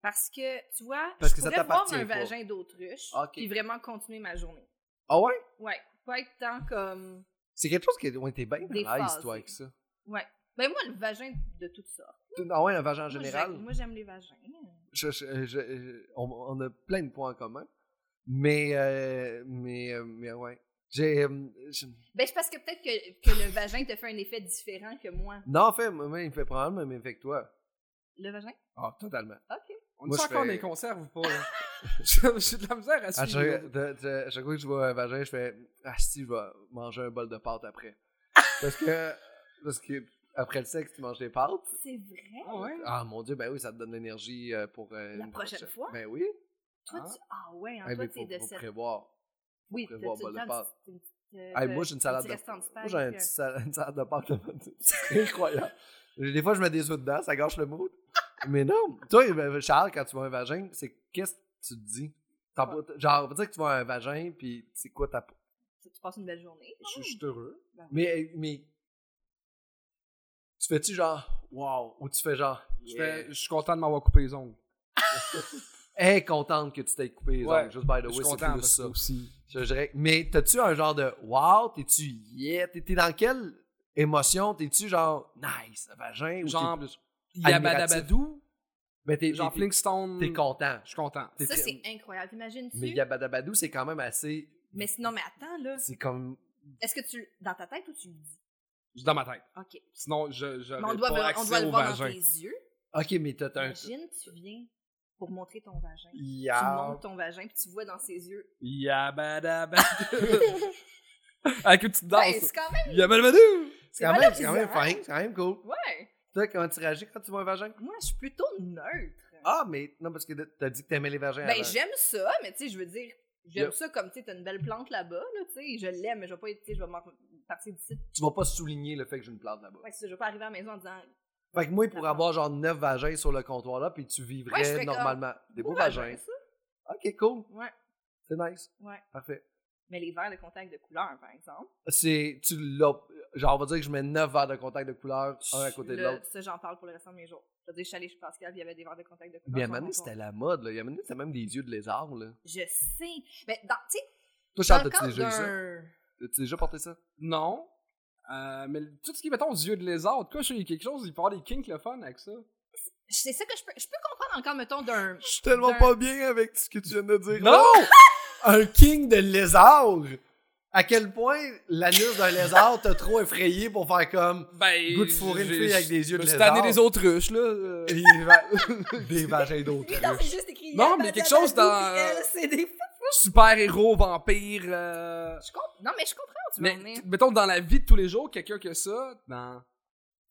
Speaker 3: Parce que, tu vois,
Speaker 2: Parce
Speaker 3: je
Speaker 2: que ça
Speaker 3: pourrais boire
Speaker 2: t'appartient
Speaker 3: un
Speaker 2: pas.
Speaker 3: vagin d'autruche
Speaker 2: Ok.
Speaker 3: puis vraiment continuer ma journée.
Speaker 2: Ah ouais?
Speaker 3: Ouais. Pas être tant comme...
Speaker 2: C'est quelque chose que ouais, t'es bien
Speaker 3: Des
Speaker 2: à l'aise,
Speaker 3: phases.
Speaker 2: toi, avec ça.
Speaker 3: Ben moi, le vagin de toutes sortes.
Speaker 2: Ah ouais, un vagin en
Speaker 3: Moi,
Speaker 2: général.
Speaker 3: j'aime- Moi, j'aime les vagins.
Speaker 2: je- je- je- je- on, on a plein de points en commun. Mais, euh, mais, euh, mais ouais. J'ai. euh, je-
Speaker 3: Ben, c'est parce que peut-être que, que le vagin te fait un effet différent que moi.
Speaker 2: Non, en fait, moi, moi, il me fait probablement le même effet que toi.
Speaker 3: Le vagin?
Speaker 2: Ah, totalement.
Speaker 3: OK.
Speaker 1: On
Speaker 2: Moi,
Speaker 1: est
Speaker 2: je
Speaker 1: encore
Speaker 2: fais- Ah,
Speaker 1: des conserves ou pas? là? J'ai j'ai de la misère à
Speaker 2: À
Speaker 1: suivre.
Speaker 2: chaque,
Speaker 1: là.
Speaker 2: de- de- à chaque fois que je vois un vagin, je fais Ah, si, je vais manger un bol de pâtes après. Parce que, parce que après le sexe, tu manges des pâtes.
Speaker 3: C'est vrai?
Speaker 1: Ah ouais?
Speaker 2: Ah, mon Dieu, ben oui, ça te donne l'énergie euh, pour. euh,
Speaker 3: La
Speaker 2: une
Speaker 3: prochaine fois?
Speaker 2: Ben oui.
Speaker 3: Toi,
Speaker 1: Ah.
Speaker 3: tu... Ah ouais, hein,
Speaker 2: Ah,
Speaker 3: toi,
Speaker 2: mais
Speaker 3: t'es
Speaker 2: faut,
Speaker 3: de
Speaker 2: faut
Speaker 3: cette...
Speaker 2: prévoir.
Speaker 3: Oui,
Speaker 2: faut
Speaker 3: t'as-
Speaker 2: prévoir
Speaker 3: t'as
Speaker 2: pas
Speaker 3: le
Speaker 2: de
Speaker 3: temps de-
Speaker 2: pâtes.
Speaker 3: t'as- t'as-
Speaker 2: Hey,
Speaker 3: t'as-
Speaker 2: moi, j'ai une
Speaker 3: t'as
Speaker 2: salade
Speaker 3: du
Speaker 2: de
Speaker 3: restant de
Speaker 2: Moi, j'ai un
Speaker 3: steak,
Speaker 2: petit sal- une salade de pâtes de C'est incroyable. Des fois, je me déçois dedans, ça gâche le mood. Mais non. Toi, ben, Charles, quand tu vois un vagin, c'est qu'est-ce que tu te dis? T'en- Genre, on va dire que tu vois un vagin, puis c'est quoi ta.
Speaker 3: euh, Tu passes une belle journée.
Speaker 2: Je je suis heureux.
Speaker 3: Ben oui.
Speaker 2: Mais, mais. Tu fais-tu genre, wow, ou tu fais genre,
Speaker 1: Je
Speaker 2: yeah. Ah,
Speaker 1: fais- Je suis content de m'avoir coupé les ongles.
Speaker 2: Hey, contente que tu t'es coupé les
Speaker 1: Ouais.
Speaker 2: ongles, Juste by the
Speaker 1: Je
Speaker 2: way,
Speaker 1: suis
Speaker 2: c'est
Speaker 1: content
Speaker 2: plus
Speaker 1: parce que
Speaker 2: ça.
Speaker 1: aussi.
Speaker 2: Je dirais- Mais t'as-tu un genre de wow, t'es-tu yeah, t'es t'es dans quelle émotion? T'es-tu genre nice, vagin? Ou
Speaker 1: Genre-
Speaker 2: t'es plus-
Speaker 1: Yabadabadou,
Speaker 2: Mais t'es
Speaker 1: genre
Speaker 2: t'es-
Speaker 1: Flintstone.
Speaker 2: t'es content.
Speaker 1: Je suis content.
Speaker 2: T'es
Speaker 3: Ça,
Speaker 2: très-
Speaker 3: c'est incroyable. T'imagines-tu?
Speaker 2: Mais
Speaker 3: Mais,
Speaker 2: Yabadabadou, c'est quand même assez.
Speaker 3: sinon, mais attends, là.
Speaker 2: C'est comme.
Speaker 3: Est-ce que tu... Dans ta tête ou tu le dis?
Speaker 1: Je suis dans ma tête.
Speaker 3: OK.
Speaker 1: Sinon, je. je
Speaker 3: Mais on doit, on doit le voir dans tes yeux.
Speaker 2: Ok, mais t'as t'as un.
Speaker 3: Imagine, tu viens pour montrer ton vagin. Tu
Speaker 2: Yeah.
Speaker 3: montres ton vagin, puis tu vois dans ses yeux.
Speaker 1: Yabadabadou. Avec une petite
Speaker 3: Ben,
Speaker 1: danse.
Speaker 3: c'est quand même...
Speaker 1: Yabadabadou.
Speaker 2: C'est quand,
Speaker 3: voilà,
Speaker 2: même- c'est quand même
Speaker 3: bizarre.
Speaker 2: fin, c'est quand même cool.
Speaker 3: Ouais.
Speaker 2: Toi, comment tu réagis quand tu vois un vagin?
Speaker 3: Moi, je suis plutôt neutre.
Speaker 2: Ah, mais non, parce que t'as dit que t'aimais les vagins.
Speaker 3: Ben,
Speaker 2: avant.
Speaker 3: j'aime ça, mais tu sais, je veux dire, j'aime
Speaker 2: Yep.
Speaker 3: ça comme, tu sais, t'as une belle plante là-bas, là, tu sais, je l'aime, mais je vais pas, être- tu sais, je vais m'en partir d'ici.
Speaker 2: Tu vas pas souligner le fait que j'ai une plante là-bas.
Speaker 3: Ouais, c'est ça, je vais pas arriver à la maison en disant,
Speaker 2: Fait que moi, il pourrait avoir genre 9 vagins sur le comptoir là, puis tu
Speaker 3: Ouais, je
Speaker 2: vivrais
Speaker 3: fais comme-
Speaker 2: normalement. Des beaux
Speaker 3: Beau
Speaker 2: vagins.
Speaker 3: vagin, ça.
Speaker 2: Ok, cool.
Speaker 3: Ouais.
Speaker 2: C'est nice.
Speaker 3: Ouais.
Speaker 2: Parfait.
Speaker 3: Mais les verres de contact de couleur, par exemple.
Speaker 2: C'est. Tu l'as. Genre, on va dire que je mets 9 verres de contact de couleur, un Ah, à côté de
Speaker 3: là,
Speaker 2: l'autre.
Speaker 3: Ça, j'en parle pour le restant de mes jours. Je veux dire, je suis allée chez Pascal, il y avait des verres de contact de couleur.
Speaker 2: Mais à un
Speaker 3: sur
Speaker 2: moment donné,
Speaker 3: mon
Speaker 2: c'était
Speaker 3: comptoir.
Speaker 2: la mode, là. Il y a un moment donné, c'était même des yeux de lézard, là.
Speaker 3: Je sais. Mais, dans- tu sais,
Speaker 2: Toi,
Speaker 3: dans
Speaker 2: Charles,
Speaker 3: le
Speaker 2: t'as-tu
Speaker 3: cadre
Speaker 2: déjà eu ça?
Speaker 3: d'un.
Speaker 2: T'as-tu déjà porté ça?
Speaker 1: Non. Euh, mais tout ce qui, mettons, yeux de lézard, en tout cas, il y a quelque chose, il peut y avoir des kinks le fun avec ça.
Speaker 3: C'est ça que je peux, je peux comprendre encore, mettons, d'un.
Speaker 2: Je suis tellement
Speaker 3: D'un-
Speaker 2: pas bien avec ce que tu viens de dire.
Speaker 1: Non!
Speaker 2: là. Un king de lézard! À quel point l'anus d'un lézard t'a trop effrayé pour faire comme.
Speaker 1: Ben.
Speaker 2: Goût de fourrer une
Speaker 1: j'ai-
Speaker 2: fille avec des yeux de
Speaker 1: je me suis
Speaker 2: lézard.
Speaker 1: tanné des autruches, là. euh.
Speaker 2: des va- des vagins d'autres.
Speaker 3: Lui, non, c'est juste écrit.
Speaker 1: Non, mais quelque chose dans-
Speaker 3: Elle, c'est des
Speaker 1: Super-héros, vampire. euh,
Speaker 3: Je comp- Non, mais je comprends tu vas
Speaker 1: Mais
Speaker 3: en venir.
Speaker 1: t- mettons, dans la vie de tous les jours, quelqu'un qui a ça, dans.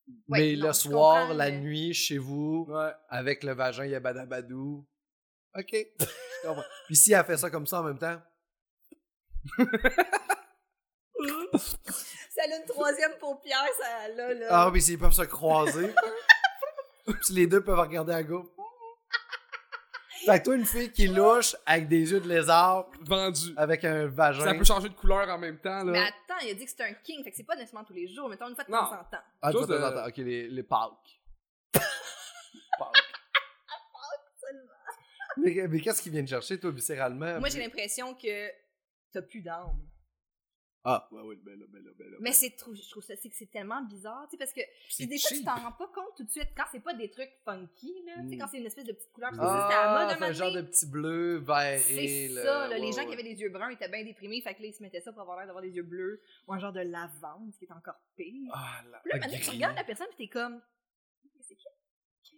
Speaker 3: Ouais,
Speaker 2: mais
Speaker 3: non,
Speaker 2: le
Speaker 3: je
Speaker 2: soir,
Speaker 3: comprends,
Speaker 2: la
Speaker 3: mais-
Speaker 2: nuit, chez vous,
Speaker 1: Ouais.
Speaker 2: avec le vagin yabadabadou. OK. Je comprends. Puis si elle fait ça comme ça en même temps,
Speaker 3: Ça a une troisième paupière, ça là, là.
Speaker 2: ah, mais s'ils peuvent se croiser, puis les deux peuvent regarder à gauche. Fait que toi, une fille qui louche avec des yeux de lézard,
Speaker 1: Vendu.
Speaker 2: avec un vagin.
Speaker 1: Ça peut changer de couleur en même temps,
Speaker 3: Mais
Speaker 1: là.
Speaker 3: attends, il a dit que c'était un king, fait que c'est pas nécessairement tous les jours, mettons une fois de
Speaker 1: Non.
Speaker 3: temps en temps.
Speaker 2: Ah, tu vois,
Speaker 1: Chose de-
Speaker 2: attends, attends, ok, les, les Pâques. Pâques.
Speaker 3: seulement.
Speaker 2: mais mais qu'est-ce qu'ils viennent chercher, toi, viscéralement?
Speaker 3: Moi, j'ai l'impression que t'as plus d'âme.
Speaker 2: Ah, ouais, oui, ben là, ben là, ben là.
Speaker 3: Mais c'est trop, je trouve ça, c'est que c'est tellement bizarre, tu sais, parce que
Speaker 2: c'est
Speaker 3: puis des fois, tu
Speaker 2: cheap.
Speaker 3: t'en rends pas compte tout de suite quand c'est pas des trucs funky, là, tu sais,
Speaker 2: Mm.
Speaker 3: quand c'est une espèce de petite couleur, je sais pas si c'était à la
Speaker 2: Ah,
Speaker 3: mode
Speaker 2: c'est un
Speaker 3: un
Speaker 2: genre
Speaker 3: moment
Speaker 2: de
Speaker 3: donné.
Speaker 2: petit bleu, vert.
Speaker 3: C'est ça, là, les gens qui avaient des yeux bruns étaient bien déprimés, fait que là, ils se mettaient ça pour avoir l'air d'avoir des yeux bleus, ou un genre de lavande, qui est encore pire.
Speaker 2: Ah, là,
Speaker 3: Puis là, maintenant, tu
Speaker 2: gris.
Speaker 3: regardes la personne, puis t'es comme... C'est qui?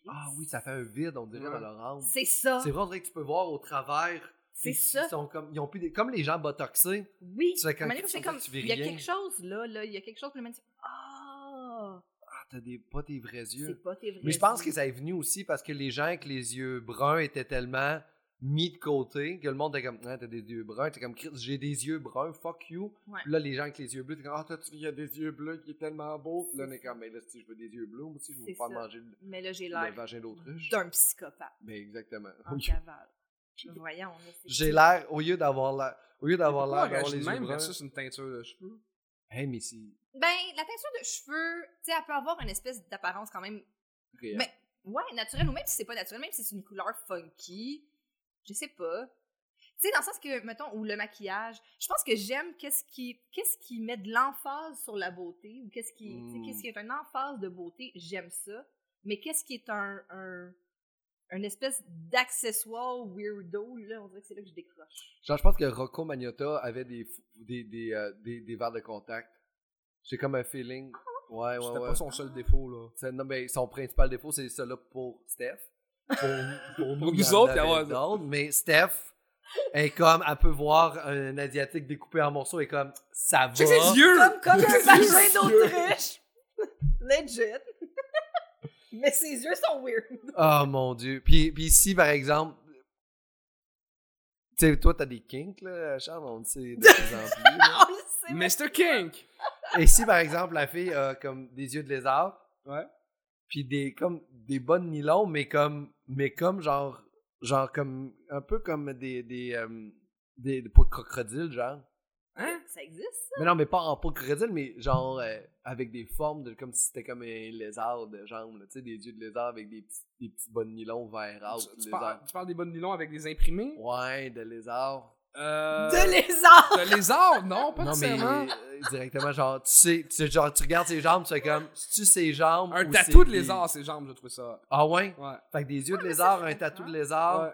Speaker 2: Ah oui, ça fait un vide, on dirait,
Speaker 1: Ouais.
Speaker 2: dans leur âme.
Speaker 3: C'est ça,
Speaker 2: C'est vrai, on dirait que tu peux voir au travers.
Speaker 3: c'est
Speaker 2: Puis,
Speaker 3: ça.
Speaker 2: Ils sont comme, ils ont plus des- comme les gens botoxés.
Speaker 3: Oui,
Speaker 2: Tu sais, quand
Speaker 3: Mais là,
Speaker 2: tu
Speaker 3: c'est
Speaker 2: sens
Speaker 3: comme,
Speaker 2: que tu vis
Speaker 3: il y a
Speaker 2: rien.
Speaker 3: quelque chose là, là, il y a quelque chose, puis le mec dit, ah,
Speaker 2: Ah, t'as des, pas tes vrais yeux.
Speaker 3: c'est pas tes vrais
Speaker 2: Mais je pense
Speaker 3: yeux.
Speaker 2: que ça est venu aussi parce que les gens avec les yeux bruns étaient tellement mis de côté que le monde était comme Ah, t'as des yeux bruns, t'es comme Christ, j'ai des yeux bruns, fuck you.
Speaker 3: Ouais.
Speaker 2: Puis là, les gens avec les yeux bleus, t'es comme Ah, t'as- il y a des yeux bleus qui est tellement beau. Puis là, on est comme Mais là, si je veux des yeux bleus, moi aussi, je
Speaker 3: C'est
Speaker 2: veux pas
Speaker 3: ça.
Speaker 2: manger le,
Speaker 3: Mais là, j'ai
Speaker 2: le
Speaker 3: l'air
Speaker 2: vagin d'autruche.
Speaker 3: d'un psychopathe
Speaker 2: Mais exactement.
Speaker 3: en cavale. Voyons, là, c'est-
Speaker 2: J'ai l'air, au lieu d'avoir l'air, au lieu d'avoir
Speaker 1: Pourquoi
Speaker 2: l'air d'avoir
Speaker 1: on
Speaker 2: les
Speaker 1: réagit
Speaker 2: yeux
Speaker 1: même
Speaker 2: bruns.
Speaker 1: versus une teinture de cheveux.
Speaker 2: Hey, mais c'est
Speaker 3: Ben, la teinture de cheveux, tu sais, elle peut avoir une espèce d'apparence quand même,
Speaker 2: réel.
Speaker 3: Mais- ouais, naturelle, ou même si c'est pas naturel, même si c'est une couleur funky, je sais pas. Tu sais, dans le sens que, mettons, ou le maquillage, je pense que j'aime qu'est-ce qui, qu'est-ce qui met de l'emphase sur la beauté, ou qu'est-ce qui, tu sais,
Speaker 2: Mm.
Speaker 3: qu'est-ce qui est un emphase de beauté, j'aime ça. Mais qu'est-ce qui est un, un, un espèce d'accessoire weirdo, là, on dirait que c'est là que je décroche.
Speaker 2: Genre, je pense que Rocco Magnotta avait des, f- des, des, euh, des, des verres de contact. J'ai comme un
Speaker 1: Ah!
Speaker 2: feeling. Ouais, ouais,
Speaker 1: C'était
Speaker 2: ouais.
Speaker 1: pas son seul défaut, là.
Speaker 2: C'est- Non, mais son principal défaut, c'est celui-là pour Steph. Pour, pour nous,
Speaker 1: Pour
Speaker 2: il
Speaker 1: nous
Speaker 2: y en
Speaker 1: autres, il y
Speaker 2: avait
Speaker 1: a-
Speaker 2: d'autres, Mais Steph est comme, elle peut voir un Asiatique découpé en morceaux et comme, ça va.
Speaker 1: Check ses yeux!
Speaker 3: comme un
Speaker 1: vagin
Speaker 3: d'autruche! Legit! Mais ses yeux sont weird!
Speaker 2: Oh mon dieu. Puis, puis si, par exemple, tu sais, toi, t'as des kinks, là, Charles, on le sait de plus en plus. là.
Speaker 3: On le sait!
Speaker 1: Mr. Kink!
Speaker 2: Et si, par exemple, la fille a comme des yeux de lézard,
Speaker 1: Ouais.
Speaker 2: puis des comme des bonnes nylons, mais comme mais comme genre genre comme un peu comme des des euh, des, des peaux de crocodile, genre.
Speaker 1: Hein?
Speaker 3: Ça existe?
Speaker 2: Mais non, mais pas en peau de crocodile, mais genre euh, avec des formes de comme si c'était comme un lézard de jambes, là, tu sais, des yeux de lézard avec des petits des petits bonnes nylons vert out,
Speaker 1: tu, tu
Speaker 2: lézard.
Speaker 1: parles, tu parles des bonnes nylons avec des imprimés?
Speaker 2: Ouais, de lézard.
Speaker 1: Euh,
Speaker 3: De lézard!
Speaker 1: de lézard? Non, pas
Speaker 2: non mais
Speaker 1: nécessairement.
Speaker 2: euh, directement genre tu sais, tu sais, genre tu regardes ses jambes, tu fais comme tu ses jambes
Speaker 1: Un
Speaker 2: ou
Speaker 1: tatou
Speaker 2: c'est
Speaker 1: de
Speaker 2: des-
Speaker 1: lézard, ces jambes, je trouve ça.
Speaker 2: Ah ouais.
Speaker 1: Ouais.
Speaker 2: Fait que des yeux de
Speaker 3: mais ça,
Speaker 2: lézard,
Speaker 3: je
Speaker 2: un
Speaker 3: comprends.
Speaker 2: tatou de lézard.
Speaker 1: Ouais.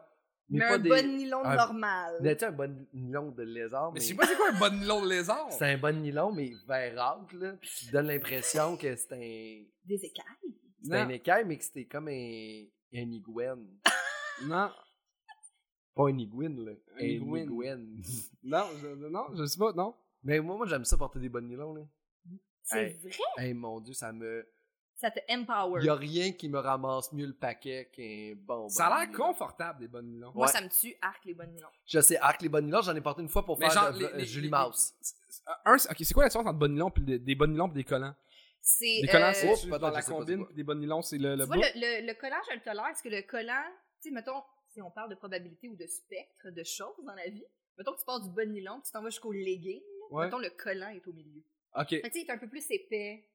Speaker 3: Mais, un bon nylon
Speaker 2: un-
Speaker 3: normal.
Speaker 2: Mais tu sais, un bon nylon de lézard.
Speaker 1: Mais
Speaker 2: Mais
Speaker 1: je sais pas c'est quoi un bon nylon de lézard?
Speaker 2: C'est un bon nylon, mais verrate, là. Puis qui donne l'impression que c'est un.
Speaker 3: Des écailles?
Speaker 2: C'est un
Speaker 1: Non.
Speaker 2: écaille, mais que c'était comme un. Un iguane.
Speaker 1: Non,
Speaker 2: Pas un iguine, là.
Speaker 1: Un
Speaker 2: Un
Speaker 1: iguine.
Speaker 2: iguane.
Speaker 1: non, je, non, je sais pas, non.
Speaker 2: mais moi, moi j'aime ça porter des bonnes nylons, là.
Speaker 3: C'est
Speaker 2: Hey.
Speaker 3: vrai?
Speaker 1: Oh.
Speaker 2: Hey, mon dieu, ça me.
Speaker 3: Ça te empower.
Speaker 2: Y a rien qui me ramasse mieux le paquet qu'un bon.
Speaker 1: Ça a l'air
Speaker 2: con.
Speaker 1: confortable, des bonnes nylons.
Speaker 3: Moi,
Speaker 2: Ouais.
Speaker 3: ça me tue, arc les bonnes nylons.
Speaker 2: Je sais, arc les bonnes nylons, j'en ai porté une fois pour
Speaker 1: Mais
Speaker 2: faire
Speaker 1: genre,
Speaker 2: de-
Speaker 1: les- les-
Speaker 2: Julie
Speaker 1: les-
Speaker 2: Mouse.
Speaker 1: Un, c'est- ok, c'est quoi la différence entre bonnes nylons pis des, des bonnes nylons pis des collants?
Speaker 3: C'est.
Speaker 1: Des
Speaker 3: euh,
Speaker 1: collants,
Speaker 2: Oh,
Speaker 1: c'est tu-
Speaker 2: peut-être,
Speaker 1: dans la
Speaker 2: je sais pas c'est
Speaker 1: combine,
Speaker 2: quoi.
Speaker 1: pis des bonnes nylons, c'est le, le
Speaker 3: tu
Speaker 1: bas.
Speaker 3: vois, le, le, le collant, je le tolère, parce que le collant, tu sais, mettons, si on parle de probabilité ou de spectre de choses dans la vie, mettons que tu passes du bon nylon, puis tu t'en vas jusqu'au legging,
Speaker 1: Ouais.
Speaker 3: mettons le collant est au milieu.
Speaker 1: Ok.
Speaker 3: Fait que, tu sais, il est un peu plus épais,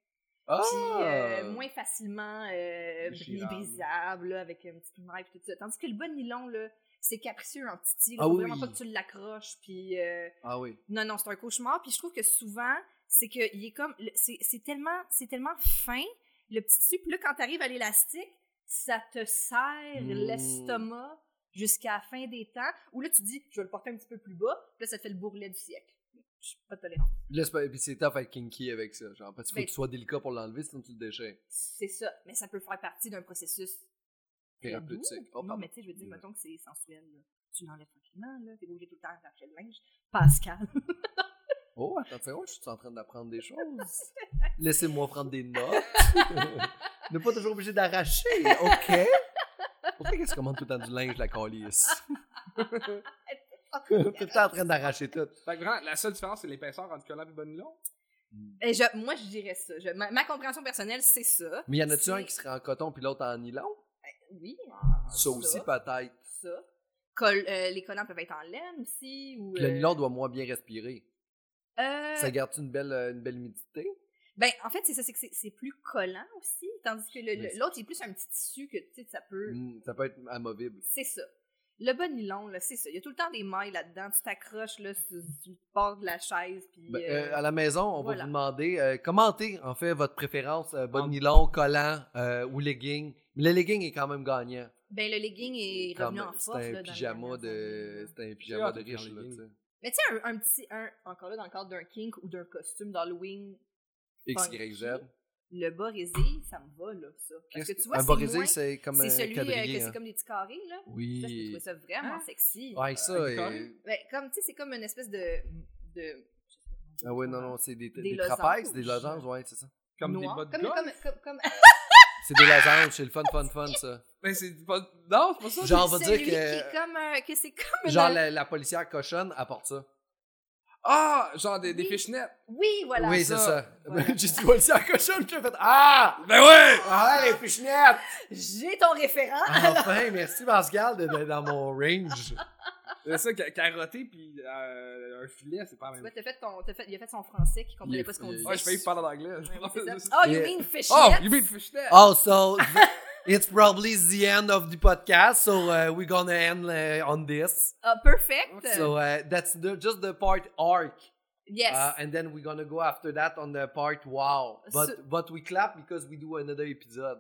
Speaker 2: Ah!
Speaker 3: puis euh, moins facilement euh,
Speaker 1: Déchirable.
Speaker 3: brisable, là, avec un petit primaire, puis tout ça. Tandis que le bon nylon, là, c'est capricieux en titi,
Speaker 2: Ah
Speaker 3: faut
Speaker 2: oui.
Speaker 3: vraiment pas que tu l'accroches, puis... euh,
Speaker 2: Ah oui.
Speaker 3: Non, non, c'est un cauchemar. Puis je trouve que souvent, c'est que il est comme, le- c'est c'est tellement, c'est tellement fin le petit tissu. Puis là, quand t'arrives à l'élastique, ça te serre
Speaker 2: Mm.
Speaker 3: l'estomac jusqu'à la fin des temps. Ou là, tu dis, je vais le porter un petit peu plus bas. Puis là, ça te fait le bourrelet du siècle. Je suis pas tolérante.
Speaker 2: Là, c'est pas- puis c'est tough à être kinky avec ça. Genre, parce qu'il faut
Speaker 3: Ben-
Speaker 2: que tu sois délicat pour l'enlever, sinon tu le
Speaker 1: Ben
Speaker 2: déchets.
Speaker 3: C'est ça. Mais ça peut faire partie d'un processus très
Speaker 2: Thérapeutique.
Speaker 3: doux.
Speaker 2: Oh,
Speaker 3: non,
Speaker 2: pardon.
Speaker 3: mais tu sais, je veux dire,
Speaker 2: Désolé.
Speaker 3: mettons que c'est sensuel. là. Tu l'enlèves tranquillement, là. T'es obligé tout le temps à chercher le linge. Pascal.
Speaker 2: Oh, attends, oh, je suis en train d'apprendre des choses. Laissez-moi prendre des notes. ne pas toujours obligé d'arracher, OK? Pourquoi qu'elle se commande tout le temps du linge, la calice? tout le temps en train d'arracher tout.
Speaker 1: Fait que vraiment, la seule différence, c'est l'épaisseur entre collab et bonilon.
Speaker 3: Et Ben, je- moi, je dirais ça. Je- ma, ma compréhension personnelle, c'est ça.
Speaker 2: Mais y en a-tu
Speaker 3: C'est-
Speaker 2: un qui serait en coton puis l'autre en nylon?
Speaker 3: Oui,
Speaker 2: Ça aussi, peut-être.
Speaker 3: ça. Col- euh, les collants peuvent être en laine aussi. Ou,
Speaker 2: Puis Le
Speaker 3: euh,
Speaker 2: nylon doit moins bien respirer.
Speaker 3: euh,
Speaker 2: Ça garde une belle, euh, une belle humidité?
Speaker 3: Ben, en fait, c'est ça, c'est que c'est- c'est plus collant aussi, tandis que le-
Speaker 2: Mais
Speaker 3: le-
Speaker 2: c'est-
Speaker 3: l'autre, il est plus un petit tissu que, tu sais, ça peut...
Speaker 2: Mm, ça peut être amovible.
Speaker 3: C'est ça. Le bon nylon, là, c'est ça. Il y a tout le temps des mailles là-dedans. Tu t'accroches, là, sur du bord de la chaise, puis...
Speaker 2: Ben,
Speaker 3: euh,
Speaker 2: euh, à la maison, on
Speaker 3: voilà.
Speaker 2: va vous demander, euh, commentez en fait votre préférence, euh, bon
Speaker 1: En-
Speaker 2: nylon, collant euh, ou legging. Mais le legging est quand même gagnant.
Speaker 3: Ben, le legging est
Speaker 2: Comme
Speaker 3: revenu en force,
Speaker 2: C'est
Speaker 3: là,
Speaker 2: un
Speaker 3: dans les
Speaker 2: pyjama
Speaker 3: dernières
Speaker 2: de,
Speaker 3: années, là.
Speaker 2: c'est un pyjama
Speaker 1: hâte
Speaker 2: de
Speaker 1: de faire
Speaker 2: riche
Speaker 1: le
Speaker 2: là,
Speaker 1: legging.
Speaker 2: tu sais.
Speaker 3: Mais tu sais, un, un petit... Un, encore là, dans le cadre d'un kink ou d'un costume d'Halloween,
Speaker 2: X,
Speaker 3: Funky.
Speaker 2: Y, Z.
Speaker 3: le bas résé, ça me va, là, ça. Parce que tu vois,
Speaker 2: un
Speaker 3: c'est
Speaker 2: borisé,
Speaker 3: moins-
Speaker 2: c'est comme
Speaker 3: C'est
Speaker 2: un
Speaker 3: celui euh,
Speaker 2: quadrillé.
Speaker 3: que c'est
Speaker 2: hein.
Speaker 3: comme des petits carrés, là. Ça, je
Speaker 2: Oui.
Speaker 3: trouve ça vraiment
Speaker 1: Hein?
Speaker 3: sexy.
Speaker 2: Ouais, ça. euh,
Speaker 1: du
Speaker 2: et-
Speaker 1: carré?
Speaker 3: Ben, comme, tu sais, c'est comme une espèce de. de
Speaker 2: Ah ouais, non, non, c'est des, des,
Speaker 3: Des
Speaker 2: trapèzes, des
Speaker 3: losanges.
Speaker 2: losanges, ouais, c'est ça.
Speaker 1: Comme
Speaker 3: noir.
Speaker 1: des bas de
Speaker 3: comme,
Speaker 1: gomme.
Speaker 3: comme, comme, comme-
Speaker 2: C'est des losanges, c'est le fun, fun, fun, ça.
Speaker 1: Ben, c'est pas. Non, c'est pas ça.
Speaker 2: Genre, on va dire
Speaker 3: celui qui
Speaker 2: que,
Speaker 3: est comme un- que c'est comme
Speaker 2: genre,
Speaker 3: une-
Speaker 2: la, la policière cochonne apporte ça.
Speaker 1: Ah, genre des, des
Speaker 3: Oui.
Speaker 1: fishnets.
Speaker 3: Oui, voilà.
Speaker 2: oui,
Speaker 1: ça.
Speaker 2: c'est ça.
Speaker 3: Voilà.
Speaker 2: Ben, J'ai dit policière cochonne, puis j'ai fait, ah!
Speaker 1: Ben ouais!
Speaker 2: Ah, les fichenettes!
Speaker 3: J'ai ton référent.
Speaker 2: Enfin, merci Pascal de- de- dans mon range.
Speaker 1: C'est ça, ca- carotté pis euh, un filet, c'est pas la
Speaker 3: Tu
Speaker 1: même.
Speaker 3: vois, t'as fait ton, t'as fait, il a fait son français qui comprenait
Speaker 2: Il-
Speaker 3: pas ce qu'on
Speaker 2: il-
Speaker 3: disait.
Speaker 1: Ouais, je failli parler en anglais.
Speaker 3: Ouais, oui, c'est ça. Oh, you
Speaker 2: Yeah.
Speaker 3: mean fish.
Speaker 1: Oh, you mean fishnet?
Speaker 2: Ah, Also, th- it's probably the end of the podcast, so uh, we're gonna end uh, on this.
Speaker 3: Ah, perfect.
Speaker 2: So uh, that's the, just the part arc,
Speaker 3: yes.
Speaker 2: uh, and then we're gonna go after that on the part wow. But
Speaker 3: So-
Speaker 2: but we clap because we do another épisode.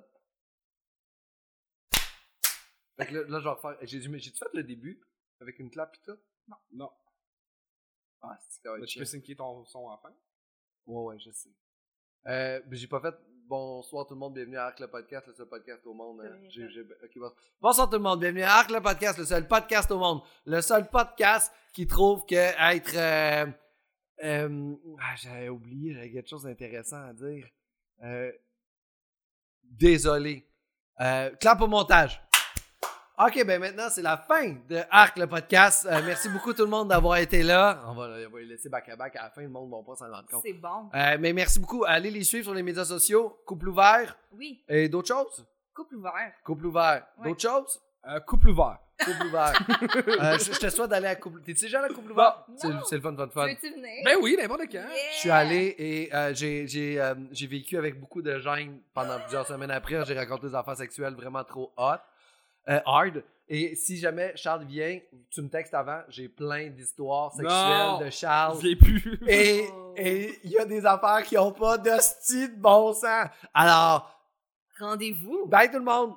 Speaker 2: Fait que là, là, je vais refaire. J'ai j'ai-tu fait le début avec une clap et tout?
Speaker 1: Non.
Speaker 2: Ah, c'est quand même
Speaker 1: Ben, Tu
Speaker 2: chiant.
Speaker 1: peux syncer ton son en fin.
Speaker 2: Ouais, ouais, je sais. Euh, ben, j'ai pas fait bonsoir tout le monde, bienvenue à Arc le podcast, le seul podcast au monde. hein.
Speaker 3: Oui,
Speaker 2: J'ai-
Speaker 3: oui.
Speaker 2: j'ai- ok, bon. Bonsoir tout le monde, bienvenue à Arc le podcast, le seul podcast au monde. Le seul podcast qui trouve que être. euh, euh, ah, j'avais oublié, j'avais quelque chose d'intéressant à dire. Euh, désolé. Euh, clap au montage. OK, ben maintenant, c'est la fin de Arc, le podcast. Euh, merci beaucoup tout le monde d'avoir été là. On va, on va les laisser back-à-back à la fin, le monde ne va pas s'en rendre compte.
Speaker 3: c'est bon.
Speaker 2: Euh, mais merci beaucoup. Allez les suivre sur les médias sociaux. Couple ouvert
Speaker 3: Oui.
Speaker 2: et d'autres choses.
Speaker 3: Couple ouvert.
Speaker 2: Couple ouvert.
Speaker 3: Ouais.
Speaker 2: D'autres choses?
Speaker 1: Euh, couple ouvert.
Speaker 2: Couple ouvert. Euh, je, je te souhaite d'aller à couple. T'es-tu déjà allé à couple ouvert?
Speaker 3: Non.
Speaker 2: C'est c'est le fun, fun, fun.
Speaker 3: Veux-tu venir?
Speaker 1: Ben oui, n'importe quand.
Speaker 2: hein. Je suis allé et euh, j'ai- j'ai euh, j'ai vécu avec beaucoup de gêne pendant plusieurs semaines après. J'ai raconté des affaires sexuelles vraiment trop hot, euh, hard. Et si jamais Charles vient, tu me textes avant, j'ai plein d'histoires sexuelles
Speaker 1: Non.
Speaker 2: de Charles.
Speaker 1: Je l'ai plus.
Speaker 2: Et
Speaker 3: Oh.
Speaker 2: et il y a des affaires qui n'ont pas de style de bon sens. Alors,
Speaker 3: Rendez-vous.
Speaker 2: bye tout le monde!